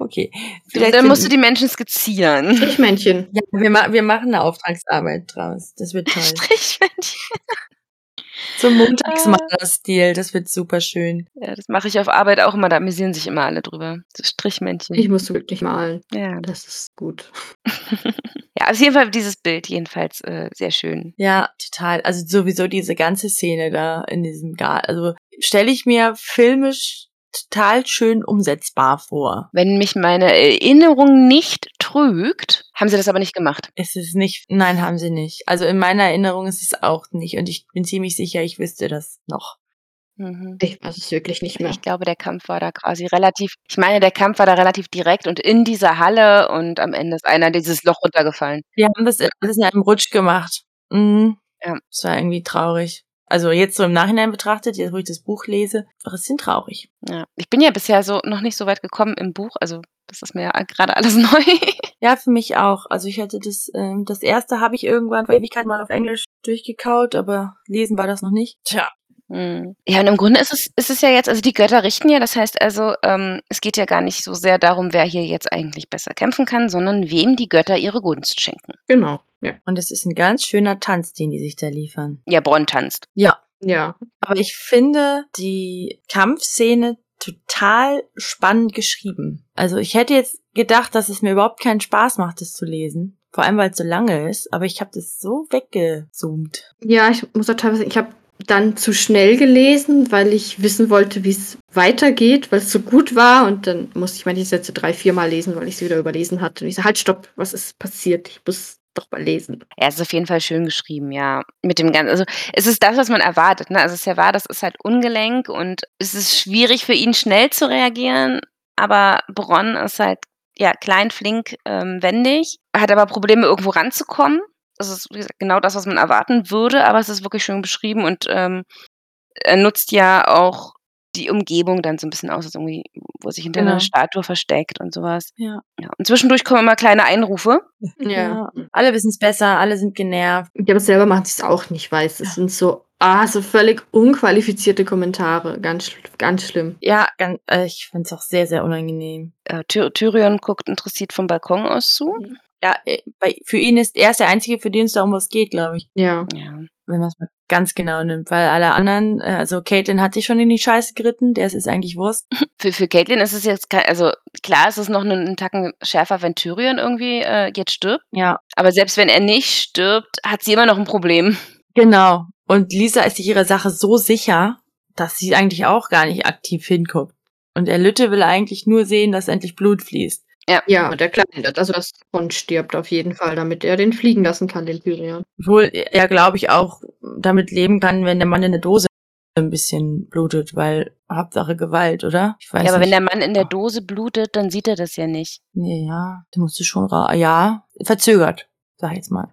okay.
Du, dann musst du die Menschen skizzieren.
ich Männchen.
Ja, wir, ma wir machen eine Auftragsarbeit draus. Das wird toll.
Strichmännchen.
Zum
Ah.
Montagsmaler-Stil. Das wird super schön.
Ja, das mache ich auf Arbeit auch immer, da amüsieren sich immer alle drüber. So Strichmännchen.
Ich muss wirklich malen.
ja.
Das ist gut.
ja, auf jeden Fall dieses Bild jedenfalls äh, sehr schön.
Ja, total. Also sowieso diese ganze Szene da in diesem Garten. Also stelle ich mir filmisch total schön umsetzbar vor.
Wenn mich meine Erinnerung nicht trügt, haben sie das aber nicht gemacht.
Es ist nicht, nein, haben sie nicht. Also in meiner Erinnerung ist es auch nicht. Und ich bin ziemlich sicher, ich wüsste das noch.
Mhm.
Ich weiß es wirklich nicht mehr.
Ich glaube, der Kampf war da quasi relativ, ich meine, der Kampf war da relativ direkt und in dieser Halle und am Ende ist einer dieses Loch runtergefallen.
Wir haben das alles in einem Rutsch gemacht. Mhm.
Ja.
Das war irgendwie traurig. Also jetzt so im Nachhinein betrachtet, jetzt wo ich das Buch lese, war es ein bisschen traurig.
Ja, ich bin ja bisher so noch nicht so weit gekommen im Buch, also das ist mir ja gerade alles neu.
Ja, für mich auch. Also ich hatte das, ähm, das erste habe ich irgendwann vor Ewigkeit mal auf Englisch durchgekaut, aber lesen war das noch nicht. Tja.
Hm. ja, und im Grunde ist es, ist es ja jetzt, also die Götter richten ja, das heißt also, ähm, es geht ja gar nicht so sehr darum, wer hier jetzt eigentlich besser kämpfen kann, sondern wem die Götter ihre Gunst schenken.
Genau. Ja.
Und es ist ein ganz schöner Tanz, den die sich da liefern.
Ja, Bronn tanzt.
Ja.
Aber ich finde, die Kampfszene total spannend geschrieben. Also ich hätte jetzt gedacht, dass es mir überhaupt keinen Spaß macht, das zu lesen. Vor allem, weil es so lange ist, aber ich habe das so weggezoomt.
Ja, ich muss auch teilweise, ich habe dann zu schnell gelesen, weil ich wissen wollte, wie es weitergeht, weil es so gut war. Und dann musste ich meine Sätze drei, viermal lesen, weil ich sie wieder überlesen hatte. Und ich so, halt, stopp, was ist passiert? Ich muss doch mal lesen.
Ja, es ist auf jeden Fall schön geschrieben, ja. Mit dem ganzen, also es ist das, was man erwartet. Ne? Also es ist ja wahr, das ist halt ungelenk und es ist schwierig für ihn schnell zu reagieren, aber Bronn ist halt ja klein, flink, ähm, wendig, hat aber Probleme irgendwo ranzukommen. Das ist wie gesagt, genau das, was man erwarten würde, aber es ist wirklich schön beschrieben und ähm, er nutzt ja auch die Umgebung dann so ein bisschen aus, als irgendwie, wo er sich hinter
Genau.
einer Statue versteckt und sowas.
Ja.
Ja. Und zwischendurch kommen immer kleine Einrufe.
ja. Alle wissen es besser, alle sind genervt.
Ich glaube, selber machen sie es auch nicht, weil es sind so, ah, so völlig unqualifizierte Kommentare. Ganz, schl- ganz schlimm.
Ja, ganz, äh, ich find's auch sehr, sehr unangenehm.
Äh, Ty Tyrion guckt interessiert vom Balkon aus zu.
Ja, äh, bei, für ihn ist er ist der Einzige, für den es darum was geht, glaube ich.
Ja.
Ja.
Wenn man es mal ganz genau nimmt. Weil alle anderen, äh, also Caitlin hat sich schon in die Scheiße geritten, der ist es eigentlich Wurst.
Für, für Caitlin ist es jetzt, kein, also klar, es ist noch einen, einen Tacken schärfer, wenn Tyrion irgendwie äh, jetzt stirbt.
Ja.
Aber selbst wenn er nicht stirbt, hat sie immer noch ein Problem.
Genau. Und Lisa ist sich ihrer Sache so sicher, dass sie eigentlich auch gar nicht aktiv hinguckt. Und der Lütte will eigentlich nur sehen, dass endlich Blut fließt.
Ja, und der Kleine, also das Bond stirbt auf jeden Fall, damit er den fliegen lassen kann, den Tyrion.
Obwohl er, glaube ich, auch damit leben kann, wenn der Mann in der Dose ein bisschen blutet, weil Hauptsache Gewalt, oder? Ich weiß
ja, aber wenn
nicht.
der Mann in der Dose blutet, dann sieht er das ja nicht.
Nee, ja, der musste schon ra Ja, verzögert, sag ich jetzt mal.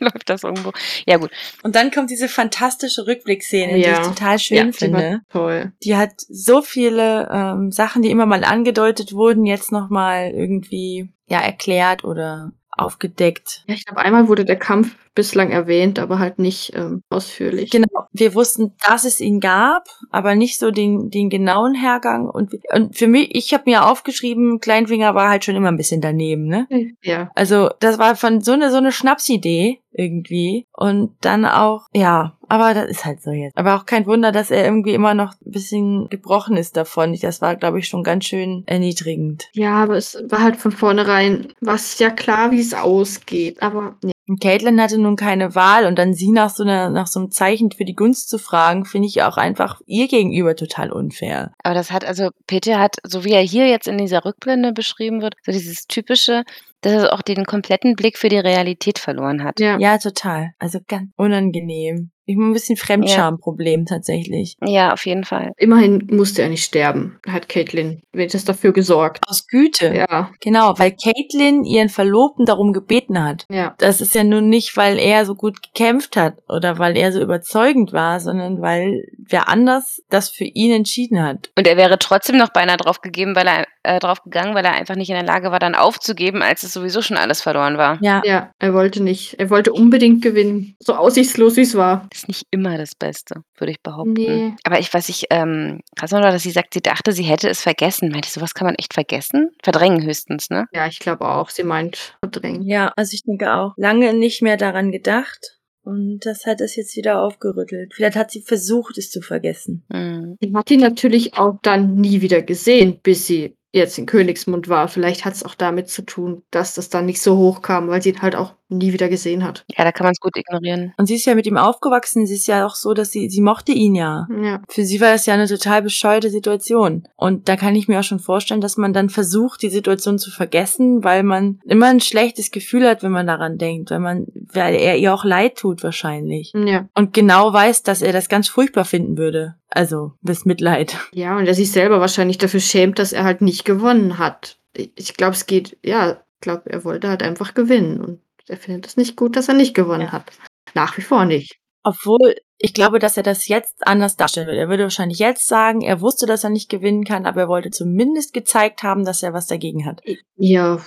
Läuft das irgendwo. Ja, gut.
Und dann kommt diese fantastische Rückblickszene,
Ja.
die ich total schön
Ja,
Die war
finde.
Toll.
Die hat so viele ähm, Sachen, die immer mal angedeutet wurden, jetzt nochmal irgendwie ja erklärt oder aufgedeckt.
Ja, ich glaube, einmal wurde der Kampf bislang erwähnt, aber halt nicht ähm, ausführlich.
Genau, wir wussten, dass es ihn gab, aber nicht so den, den genauen Hergang. Und, und für mich, ich habe mir aufgeschrieben, Kleinfinger war halt schon immer ein bisschen daneben, ne?
Ja.
Also das war von so eine so eine Schnapsidee irgendwie und dann auch ja, aber das ist halt so jetzt. Aber auch kein Wunder, dass er irgendwie immer noch ein bisschen gebrochen ist davon. Das war glaube ich schon ganz schön erniedrigend.
Ja, aber es war halt von vornherein, war es ja klar, wie es ausgeht. Aber ja,
Und Caitlin hatte nun keine Wahl und dann sie nach so einer nach so einem Zeichen für die Gunst zu fragen, finde ich auch einfach ihr gegenüber total unfair.
Aber das hat, also Peter hat, so wie er hier jetzt in dieser Rückblende beschrieben wird, so dieses typische, dass er auch den kompletten Blick für die Realität verloren hat.
ja.
Ja, total. Also ganz unangenehm. Ich habe ein bisschen Fremdschamproblem tatsächlich.
ja auf jeden Fall.
immerhin musste er nicht sterben, hat Caitlin wenigstens dafür gesorgt.
Aus Güte.
Ja,
Genau, weil Caitlin ihren Verlobten darum gebeten hat.
ja.
das ist ja nun nicht, weil er so gut gekämpft hat oder weil er so überzeugend war, sondern weil wer anders das für ihn entschieden hat.
Und er wäre trotzdem noch beinahe draufgegeben, weil er äh, draufgegangen, weil er einfach nicht in der Lage war, dann aufzugeben, als es sowieso schon alles verloren war.
Ja,
Ja, er wollte nicht. Er wollte unbedingt gewinnen. So aussichtslos wie es war.
Ist nicht immer das Beste, würde ich behaupten.
Nee.
Aber ich weiß nicht, ähm, krass war, dass sie sagt, sie dachte, sie hätte es vergessen. Meinte ich, sowas kann man echt vergessen? Verdrängen höchstens, ne?
Ja, ich glaube auch. Sie meint verdrängen.
ja, also ich denke auch. Lange nicht mehr daran gedacht und das hat es jetzt wieder aufgerüttelt. Vielleicht hat sie versucht, es zu vergessen.
Mhm.
Sie hat ihn natürlich auch dann nie wieder gesehen, bis sie jetzt in Königsmund war. Vielleicht hat es auch damit zu tun, dass das dann nicht so hoch kam, weil sie ihn halt auch nie wieder gesehen hat.
Ja, da kann man es gut ignorieren.
Und sie ist ja mit ihm aufgewachsen. Sie ist ja auch so, dass sie, sie mochte ihn ja.
Ja.
Für sie war das ja eine total bescheuerte Situation. Und da kann ich mir auch schon vorstellen, dass man dann versucht, die Situation zu vergessen, weil man immer ein schlechtes Gefühl hat, wenn man daran denkt, weil man, weil er ihr auch leid tut wahrscheinlich.
Ja.
Und genau weiß, dass er das ganz furchtbar finden würde. Also, das Mitleid.
Ja, und er sich selber wahrscheinlich dafür schämt, dass er halt nicht gewonnen hat. Ich- Ich glaube, es geht, ja, ich glaube, er wollte halt einfach gewinnen. Und er findet es nicht gut, dass er nicht gewonnen
Ja.
hat. Nach wie vor nicht.
Obwohl, ich glaube, dass er das jetzt anders darstellen würde. Er würde wahrscheinlich jetzt sagen, er wusste, dass er nicht gewinnen kann, aber er wollte zumindest gezeigt haben, dass er was dagegen hat.
Ja,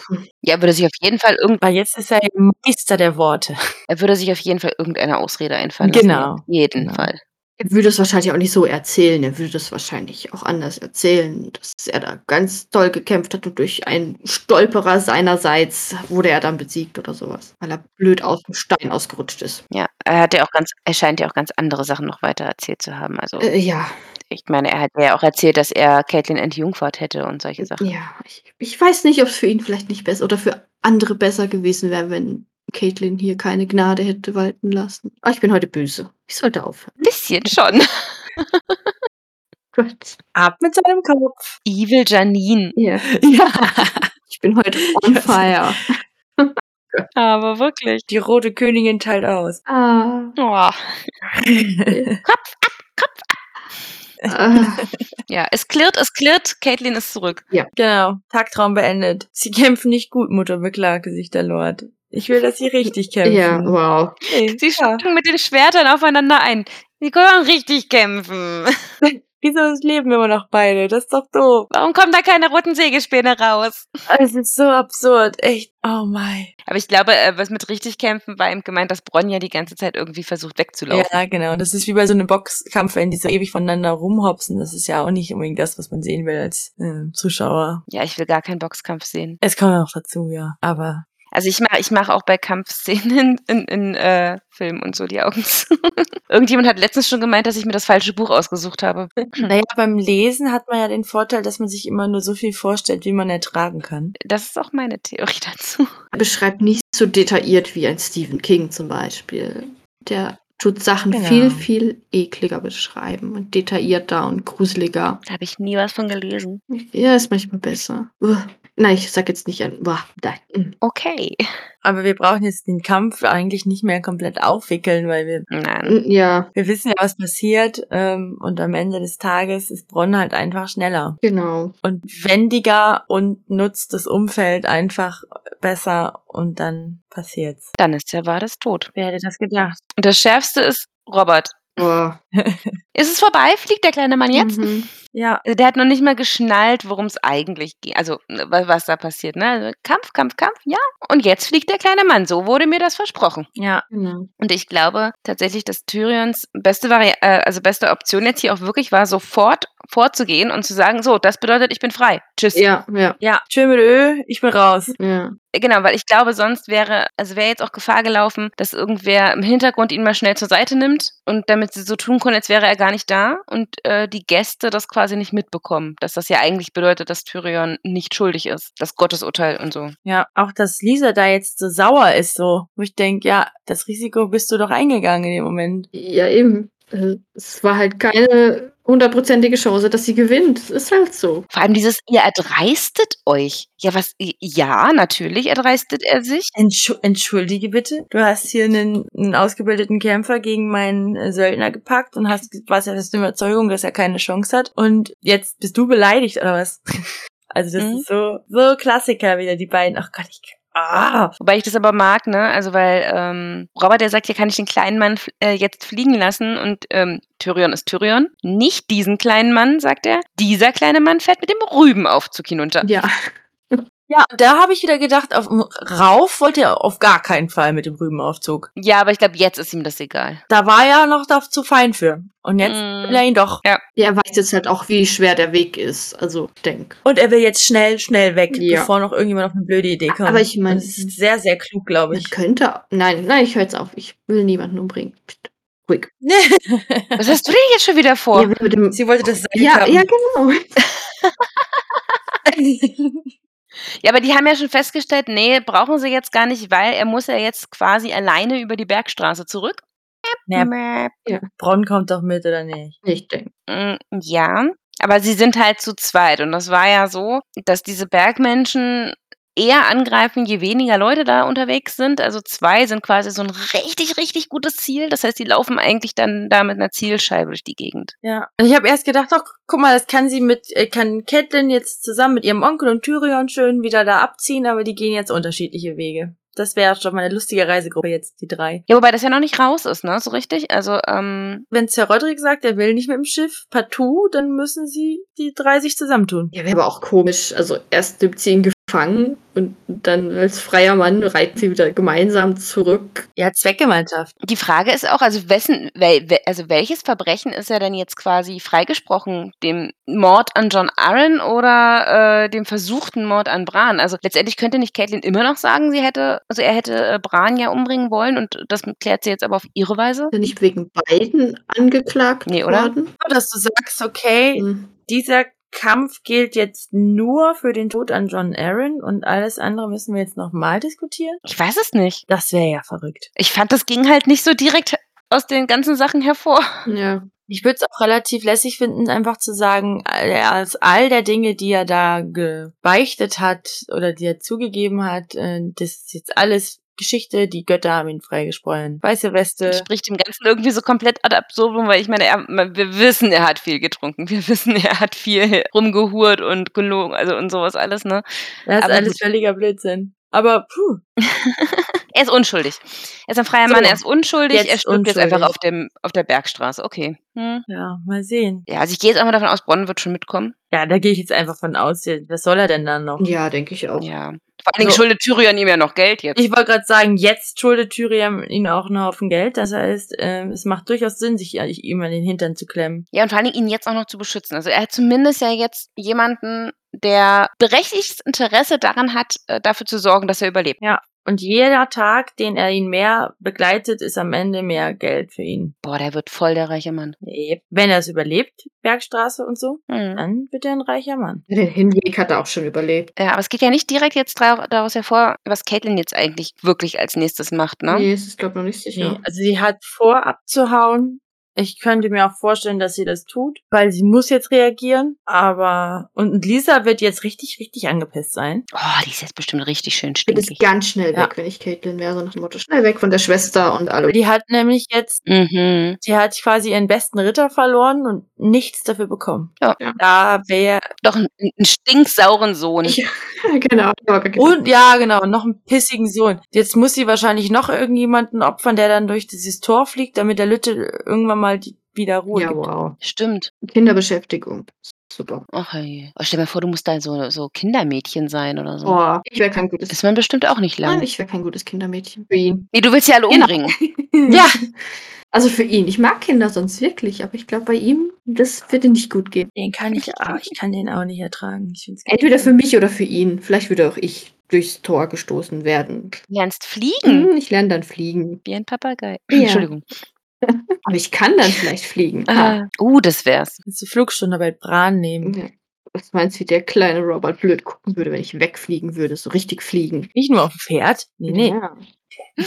Ja, würde sich auf jeden Fall irgend,
Weil jetzt ist er ja Meister der Worte.
er würde sich auf jeden Fall irgendeine Ausrede einfallen lassen.
Genau.
Auf jeden
Genau.
Fall.
Er würde es wahrscheinlich auch nicht so erzählen. Er würde es wahrscheinlich auch anders erzählen, dass er da ganz toll gekämpft hat und durch einen Stolperer seinerseits wurde er dann besiegt oder sowas, weil er blöd aus dem Stein ausgerutscht ist.
Ja, er hat ja auch ganz, er scheint ja auch ganz andere Sachen noch weiter erzählt zu haben. Also
Äh, ja,
ich meine, er hat ja auch erzählt, dass er Caitlin entjungfert hätte und solche Sachen.
Ja, ich, ich weiß nicht, ob es für ihn vielleicht nicht besser oder für andere besser gewesen wäre, wenn Caitlin hier keine Gnade hätte walten lassen. Ah, ich bin heute böse. Ich sollte aufhören.
Ein bisschen schon.
Gott.
Ab mit seinem Kopf.
Evil Janine.
Ja,
Ja.
ich bin heute on
Ja.
fire.
Aber wirklich.
Die rote Königin teilt aus.
Ah,
Oh.
ah.
Ja, es klirrt, es klirrt. Caitlin ist zurück.
Genau. Tagtraum beendet. Sie kämpfen nicht gut, Mutter, beklagte sich der Lord. Ich will, dass sie richtig kämpfen.
Ja, wow.
Okay,
Sie
ja.
schlagen mit den Schwertern aufeinander ein. Die können richtig kämpfen.
Wieso leben immer noch beide? Das ist doch doof.
Warum kommen da keine roten Sägespäne raus?
Es ist so absurd. Echt. Oh mein.
Aber ich glaube, äh, was mit richtig kämpfen war eben gemeint, dass Bronja die ganze Zeit irgendwie versucht wegzulaufen.
Ja, genau. Das ist wie bei so einem Boxkampf, wenn die so ewig voneinander rumhopsen. Das ist ja auch nicht unbedingt das, was man sehen will als ähm, Zuschauer.
Ja, ich will gar keinen Boxkampf sehen.
Es kommt auch dazu, ja. Aber
Also ich mache ich mach auch bei Kampfszenen in, in, in äh, Filmen und so die Augen zu. Irgendjemand hat letztens schon gemeint, dass ich mir das falsche Buch ausgesucht habe.
naja, beim Lesen hat man ja den Vorteil, dass man sich immer nur so viel vorstellt, wie man ertragen kann.
Das ist auch meine Theorie dazu.
Beschreibt nicht so detailliert wie ein Stephen King zum Beispiel. Der tut Sachen
Genau.
viel, viel ekliger beschreiben und detaillierter und gruseliger.
Da habe ich nie was von gelesen.
Ja, ist manchmal besser. Uah. Nein, ich sag jetzt nicht ein. Uah, nein. Mm.
Okay.
Aber wir brauchen jetzt den Kampf eigentlich nicht mehr komplett aufwickeln, weil wir,
Nein.
Mm, Ja,
wir wissen ja, was passiert. Ähm, und am Ende des Tages ist Bronn halt einfach schneller.
genau.
und wendiger und nutzt das Umfeld einfach besser und dann passiert's.
Dann ist der Wades tot.
Wer hätte das gedacht?
Und das Schärfste ist Robert.
Uah.
Ist es vorbei? Fliegt der kleine Mann jetzt?
Mhm.
Ja,
Also der hat noch nicht mal geschnallt, worum es eigentlich ging. Also, ne, wa- was da passiert. Ne? Also, Kampf, Kampf, Kampf, ja. Und jetzt fliegt der kleine Mann. So wurde mir das versprochen.
ja.
Genau.
Und ich glaube tatsächlich, dass Tyrions beste, Vari äh, also beste Option jetzt hier auch wirklich war, sofort vorzugehen und zu sagen, so, das bedeutet, ich bin frei. Tschüss.
Ja, ja,
Ja, schön mit Ö, ich bin raus.
ja.
Genau, weil ich glaube, sonst wäre, also wäre jetzt auch Gefahr gelaufen, dass irgendwer im Hintergrund ihn mal schnell zur Seite nimmt und damit sie so tun können, als wäre er gar nicht da und äh, die Gäste das quasi nicht mitbekommen, dass das ja eigentlich bedeutet, dass Tyrion nicht schuldig ist, das Gottesurteil und so.
Ja, auch dass Lisa da jetzt so sauer ist, so. Wo ich denke, ja, das Risiko bist du doch eingegangen in dem Moment.
Ja, eben. Äh, Es war halt keine hundertprozentige Chance, dass sie gewinnt. Es ist halt so.
Vor allem dieses, ihr erdreistet euch. Ja, was, ja, natürlich erdreistet er sich.
Entschu Entschuldige bitte, du hast hier einen, einen ausgebildeten Kämpfer gegen meinen äh, Söldner gepackt und hast warst ja fest der Überzeugung, dass er keine Chance hat und jetzt bist du beleidigt oder was? Also das
Mhm.
ist so so Klassiker wieder die beiden. Ach Gott, ich ah,
Wobei ich das aber mag, ne? Also weil ähm, Robert, der sagt, hier kann ich den kleinen Mann fl- äh, jetzt fliegen lassen und ähm, Tyrion ist Tyrion. Nicht diesen kleinen Mann, sagt er. Dieser kleine Mann fährt mit dem Rübenaufzug hinunter.
Ja.
Ja, da habe ich wieder gedacht, auf rauf wollte er auf gar keinen Fall mit dem Rübenaufzug.
Ja, aber ich glaube, jetzt ist ihm das egal.
Da war er noch da zu fein für. Und jetzt
Mhm.
will
Mm.
er ihn doch.
Ja, er weiß jetzt halt auch, wie schwer der Weg ist. Also, ich denk.
Und er will jetzt schnell, schnell weg,
Ja.
bevor noch irgendjemand auf eine blöde Idee kommt.
Aber ich
Und
mein-
es ist sehr, sehr klug, glaube
Man
ich.
könnte. Nein, nein, ich höre jetzt auf. Ich will niemanden umbringen. Psst. Ruhig.
Was hast du denn jetzt schon wieder vor?
Ja, mit dem,
Sie wollte das Seil
ja,
kappen.
ja, genau.
Ja, aber die haben ja schon festgestellt, nee, brauchen sie jetzt gar nicht, weil er muss ja jetzt quasi alleine über die Bergstraße zurück.
Ja.
Mäp.
Bronn kommt doch mit, oder nicht?
Ich denke.
Mm, Ja, aber sie sind halt zu zweit. Und das war ja so, dass diese Bergmenschen eher angreifen, je weniger Leute da unterwegs sind. Also zwei sind quasi so ein richtig, richtig gutes Ziel. Das heißt, die laufen eigentlich dann da mit einer Zielscheibe durch die Gegend.
Ja. Und ich habe erst gedacht, doch, guck mal, das kann sie mit, äh, kann Catelyn jetzt zusammen mit ihrem Onkel und Tyrion schön wieder da abziehen, aber die gehen jetzt unterschiedliche Wege. Das wäre schon mal eine lustige Reisegruppe jetzt, die drei.
Ja, wobei das ja noch nicht raus ist, ne? So richtig. Also, ähm,
wenn Sir Roderick sagt, er will nicht mit dem Schiff partout, dann müssen sie die drei sich zusammentun.
Ja, wäre aber auch komisch. Also, erst nimmt sie ihn fangen und dann als freier Mann reiten sie wieder gemeinsam zurück.
Ja, Zweckgemeinschaft.
Die Frage ist auch, also, wessen, wel, wel- also welches Verbrechen ist er denn jetzt quasi freigesprochen? Dem Mord an John Aaron oder äh, dem versuchten Mord an Bran? Also letztendlich könnte nicht Caitlin immer noch sagen, sie hätte, also er hätte äh, Bran ja umbringen wollen und das klärt sie jetzt aber auf ihre Weise?
Ist er Nicht wegen beiden angeklagt
Nee, oder?
worden.
Nur, Genau, dass du sagst, okay,
Hm.
dieser Kampf gilt jetzt nur für den Tod an John Aaron und alles andere müssen wir jetzt nochmal diskutieren.
Ich weiß es nicht.
Das wäre ja verrückt.
Ich fand, das ging halt nicht so direkt aus den ganzen Sachen hervor.
Ja.
Ich würde es auch relativ lässig finden, einfach zu sagen, äh, aus all der Dinge, die er da gebeichtet hat oder die er zugegeben hat, äh, das ist jetzt alles Geschichte, die Götter haben ihn freigesprochen. Weiße Weste.
Das spricht dem Ganzen irgendwie so komplett ad absurdum, weil ich meine, er, wir wissen, er hat viel getrunken. Wir wissen, er hat viel rumgehurt und gelogen, also und sowas alles, ne?
Das ist
Aber
alles
gut.
völliger Blödsinn. Aber puh,
Er ist unschuldig. Er ist ein freier
So.
Mann, er ist unschuldig,
Jetzt
er stirbt jetzt
unschuldig.
einfach auf, dem, auf der Bergstraße. Okay. Hm.
ja, mal sehen.
Ja, also ich gehe jetzt einfach davon aus, Bronn wird schon mitkommen.
Ja, da gehe ich jetzt einfach von aus. Was soll er denn dann noch?
Ja, denke ich auch.
Ja. Vor allen Dingen
So.
schuldet Tyrion ihm ja noch Geld jetzt.
Also Ich wollte gerade sagen, jetzt schuldet Tyrion ihn auch einen Haufen Geld. Das heißt, ähm, es macht durchaus Sinn, sich eigentlich ihm an den Hintern zu klemmen.
Ja, und vor allen Dingen ihn jetzt auch noch zu beschützen. Also er hat zumindest ja jetzt jemanden, der berechtigtes Interesse daran hat, äh, dafür zu sorgen, dass er überlebt.
Und jeder Tag, den er ihn mehr begleitet, ist am Ende mehr Geld für ihn.
Boah, der wird voll der reiche Mann.
Yep. Wenn er es überlebt, Bergstraße und so,
Hm.
dann wird er ein reicher Mann.
Den Hinweg hat er auch schon überlebt.
Ja, aber es geht ja nicht direkt jetzt dra- daraus hervor, was Caitlin jetzt eigentlich wirklich als nächstes macht, ne?
Nee, es ist, glaube ich, noch nicht sicher.
Nee, also sie hat vor, abzuhauen. Ich könnte mir auch vorstellen, dass sie das tut, weil sie muss jetzt reagieren. Aber und Lisa wird jetzt richtig, richtig angepisst sein.
Oh, die ist jetzt bestimmt richtig schön
Ich bin jetzt
stinkig.
ganz schnell
Ja.
weg, wenn ich Caitlin wäre, so nach dem Motto, schnell weg von der Schwester und alle.
Die hat nämlich jetzt
Mhm.
Sie hat quasi ihren besten Ritter verloren und nichts dafür bekommen.
Ja.
Ja.
Da wäre.
Doch, einen, einen stinksauren Sohn.
Ich- genau. Ja, genau.
Und ja, genau, noch einen pissigen Sohn. Jetzt muss sie wahrscheinlich noch irgendjemanden opfern, der dann durch dieses Tor fliegt, damit der Lütte irgendwann mal die, wieder Ruhe
ja,
gibt.
wow.
Stimmt.
Kinderbeschäftigung. Super.
Ach, hey. oh, stell dir mal vor, du musst da so, so Kindermädchen sein oder so.
Boah, Oh, ich wäre kein gutes
Ist man bestimmt auch nicht
Nein,
lang.
ich wäre kein gutes Kindermädchen für ihn.
Nee, du willst ja alle
Genau.
umbringen.
Ja.
Also für ihn. Ich mag Kinder sonst wirklich, aber ich glaube bei ihm, das wird ihm nicht gut gehen.
Den kann ich auch, ich kann den auch nicht ertragen. Ich find's
Entweder für mich oder für ihn. Vielleicht würde auch ich durchs Tor gestoßen werden.
Du lernst fliegen.
Hm, ich lerne dann fliegen.
Wie ein Papagei.
Ja.
Entschuldigung.
Aber ich kann dann vielleicht fliegen. Ah.
Ah. Uh, das wär's.
Kannst du Flugstunde bei Bran nehmen?
Ja. Was meinst du, wie der kleine Robert blöd gucken würde, wenn ich wegfliegen würde, so richtig fliegen?
Nicht nur auf dem Pferd. Nee, nee.
Ja.
Ja.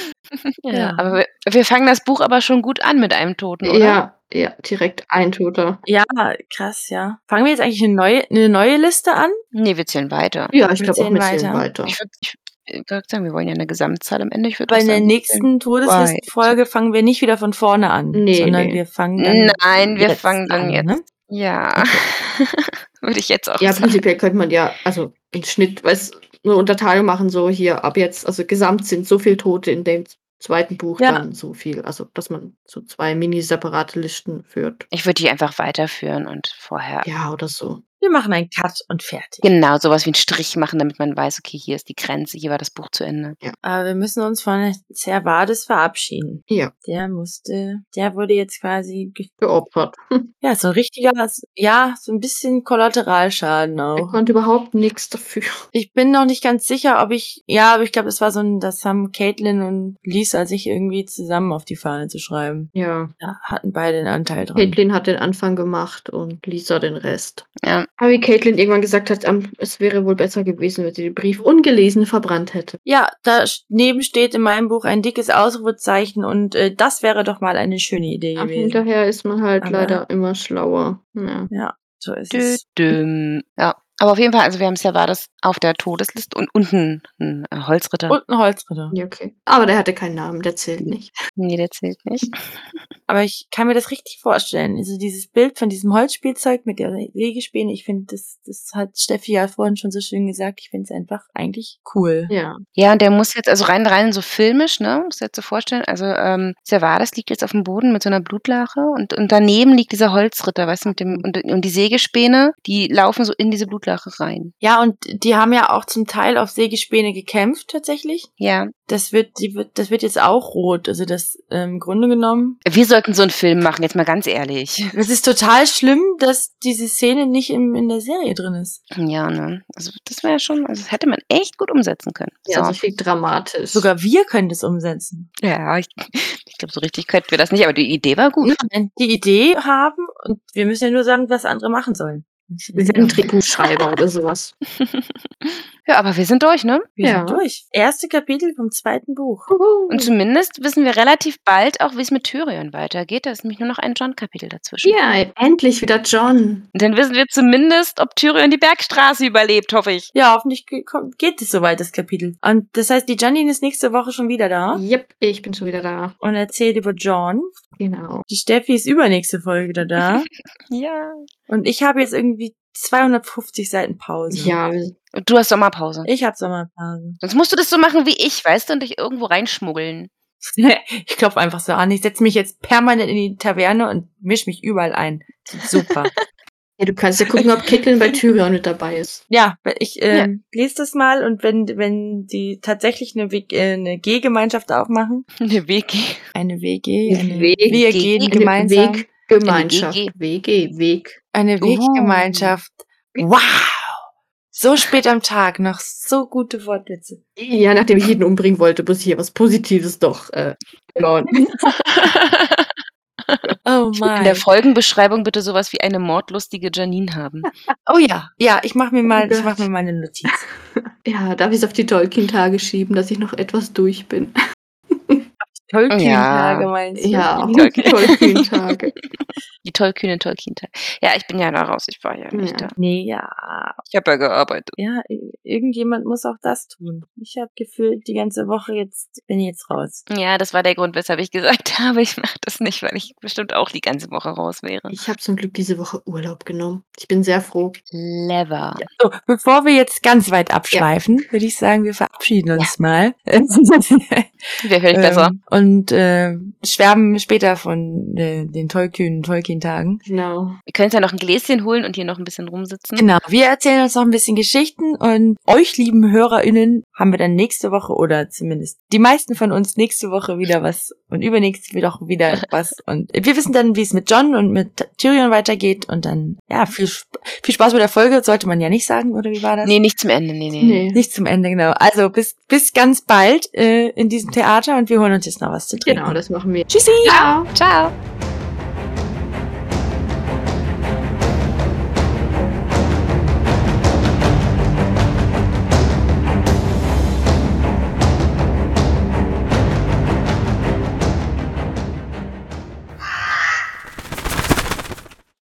Ja.
Aber wir, wir fangen das Buch aber schon gut an mit einem Toten, oder?
Ja, ja, direkt ein Toter.
Ja, krass, ja. Fangen wir jetzt eigentlich eine neue, eine neue Liste an?
Nee, wir zählen weiter.
Ja, ich
Wir
glaube auch
zählen
mit zehn
weiter.
weiter.
Ich würde ich, ich würd sagen, wir wollen ja eine Gesamtzahl am Ende. Ich würd
Bei
auch
der
sagen, wir zählen-
nächsten Todeslistenfolge fangen wir nicht wieder von vorne an,
Nee,
sondern
nee.
wir fangen dann
Nein, wir
jetzt
fangen dann
an,
jetzt.
ne?
Ja. würde ich jetzt auch
Ja,
sagen.
prinzipiell könnte man ja, also im Schnitt, weiß, eine Unterteilung machen, so hier ab jetzt, also gesamt sind so viele Tote in dem zweiten Buch
Ja.
dann so viel. Also, dass man so zwei mini-separate Listen führt.
Ich würde die einfach weiterführen und vorher
Ja, oder so.
Wir machen einen Cut und fertig.
genau sowas wie einen Strich machen, damit man weiß, okay, hier ist die Grenze, hier war das Buch zu Ende.
Aber wir müssen uns von Servades verabschieden.
Ja,
Der musste, der wurde jetzt quasi, ge-
geopfert.
ja, so ein richtiger, ja, so ein bisschen Kollateralschaden
Er
auch.
konnte überhaupt nichts dafür.
Ich bin noch nicht ganz sicher, ob ich, ja, aber ich glaube, das war so ein, das haben Caitlin und Lisa sich irgendwie zusammen auf die Fahne zu schreiben.
Ja.
Da hatten beide einen Anteil dran.
Caitlin hat den Anfang gemacht und Lisa den Rest.
Ja.
Aber wie Caitlin irgendwann gesagt hat, am- es wäre wohl besser gewesen, wenn sie den Brief ungelesen verbrannt hätte.
Ja, da sch- neben steht in meinem Buch ein dickes Ausrufezeichen und äh, das wäre doch mal eine schöne Idee
Aber
gewesen.
hinterher ist man halt
Aber-
leider immer schlauer. Ja.
So ist
Dü
es.
-düm. Ja. Aber auf jeden Fall, also wir haben Servades auf der Todesliste und unten ein äh, Holzritter.
Und ein Holzritter.
ja, okay. Aber der hatte keinen Namen, der zählt nicht.
Nee, der zählt nicht.
Aber ich kann mir das richtig vorstellen. Also dieses Bild von diesem Holzspielzeug mit der Sägespäne, ich finde, das, das hat Steffi ja vorhin schon so schön gesagt. Ich finde es einfach eigentlich cool.
Ja,
Ja, und der muss jetzt, also rein, rein so filmisch, ne, muss jetzt so vorstellen. Also, ähm, Servades liegt jetzt auf dem Boden mit so einer Blutlache und, und daneben liegt dieser Holzritter, weißt du, mit dem, und, und die Sägespäne, die laufen so in diese Sache rein.
Ja, und die haben ja auch zum Teil auf Sägespäne gekämpft tatsächlich.
Ja.
Das wird, die wird, das wird jetzt auch rot. Also das ähm, im Grunde genommen.
Wir sollten so einen Film machen, jetzt mal ganz ehrlich.
Es ist total schlimm, dass diese Szene nicht im, in der Serie drin ist.
Ja, ne? Also das wäre schon, also das hätte man echt gut umsetzen können.
Ja, so
so.
viel dramatisch.
Sogar wir können das umsetzen.
ja ich, ich glaube, so richtig könnten wir das nicht, aber die Idee war gut.
Nein, Die Idee haben und wir müssen ja nur sagen, was andere machen sollen.
wir sind ein Drehbuchschreiber oder sowas.
Ja, aber wir sind durch, ne?
Wir
Ja.
sind durch. Erste Kapitel vom zweiten Buch.
Und zumindest wissen wir relativ bald auch, wie es mit Tyrion weitergeht. Da ist nämlich nur noch ein John-Kapitel dazwischen.
ja, endlich wieder John.
Und dann wissen wir zumindest, ob Tyrion die Bergstraße überlebt, hoffe ich.
Ja, hoffentlich ge- kommt- geht es soweit, das Kapitel. Und das heißt, die Janine ist nächste Woche schon wieder da
Yep, ich bin schon wieder da.
und erzählt über John.
Genau.
Die Steffi ist übernächste Folge wieder da.
Ja.
und ich habe jetzt irgendwie 250 Seiten Pause.
Ja, wir-
Und du hast Sommerpause.
Ich habe Sommerpause.
Sonst musst du das so machen wie ich, weißt du, und dich irgendwo reinschmuggeln.
ich klopfe einfach so an. Ich setze mich jetzt permanent in die Taverne und misch mich überall ein. Super.
ja, du kannst ja gucken, ob Kitteln bei Tyrion mit dabei ist.
ja, ich ähm, lese das mal und wenn, wenn die tatsächlich eine, Weg- äh, eine G-Gemeinschaft aufmachen,
Eine WG.
eine WG,
Eine
eine
WG.
wir gehen gemeinsam.
Weg, Gemeinschaft.
Eine
WG, Weg.
Eine
Oh.
Weggemeinschaft. Wow! So spät am Tag noch so gute Wortwitze.
Ja, nachdem ich jeden umbringen wollte, muss ich hier was Positives doch äh, bauen.
Oh
In der
mein.
Folgenbeschreibung bitte sowas wie eine mordlustige Janine haben.
Oh ja, ja, ich mach mir mal, ich
Gott.
mach mir mal eine Notiz.
Ja, darf ich es auf die Tolkien-Tage schieben, dass ich noch etwas durch bin?
Tolkien-Tage meinst du?
Ja, auf die
Tolkien.
Tolkien-Tage.
Die tollkühne tolkien Ja, ich bin ja da raus. Ich war ja nicht
Ja.
da.
Nee, ja.
Ich habe ja gearbeitet.
Ja, ir- irgendjemand muss auch das tun. Ich habe gefühlt die ganze Woche jetzt, bin ich jetzt raus.
Ja, das war der Grund, weshalb ich gesagt habe, ich mache das nicht, weil ich bestimmt auch die ganze Woche raus wäre.
Ich habe zum Glück diese Woche Urlaub genommen. Ich bin sehr froh.
Clever.
So, bevor wir jetzt ganz weit abschweifen, würde ich sagen, wir verabschieden uns mal.
Wäre vielleicht besser.
Ähm, Und äh, schwärmen später von äh, den tollkühnen Tolkien-Tagen.
Genau.
Wir können uns ja noch ein Gläschen holen und hier noch ein bisschen rumsitzen.
Genau, wir erzählen uns noch ein bisschen Geschichten und euch, lieben HörerInnen, haben wir dann nächste Woche oder zumindest die meisten von uns nächste Woche wieder was und übernächste Woche wieder was. Und wir wissen dann, wie es mit John und mit Tyrion weitergeht und dann, ja, viel, Sp- viel Spaß mit der Folge, sollte man ja nicht sagen, oder wie war das?
Nee, nicht zum Ende. Nee, nee. nee.
Nee.
Nicht zum Ende, genau. Also bis, bis ganz bald äh, in diesem Theater und wir holen uns jetzt noch was zu trinken.
Genau, das Genau, machen wir.
Tschüssi!
Ciao.
Ciao.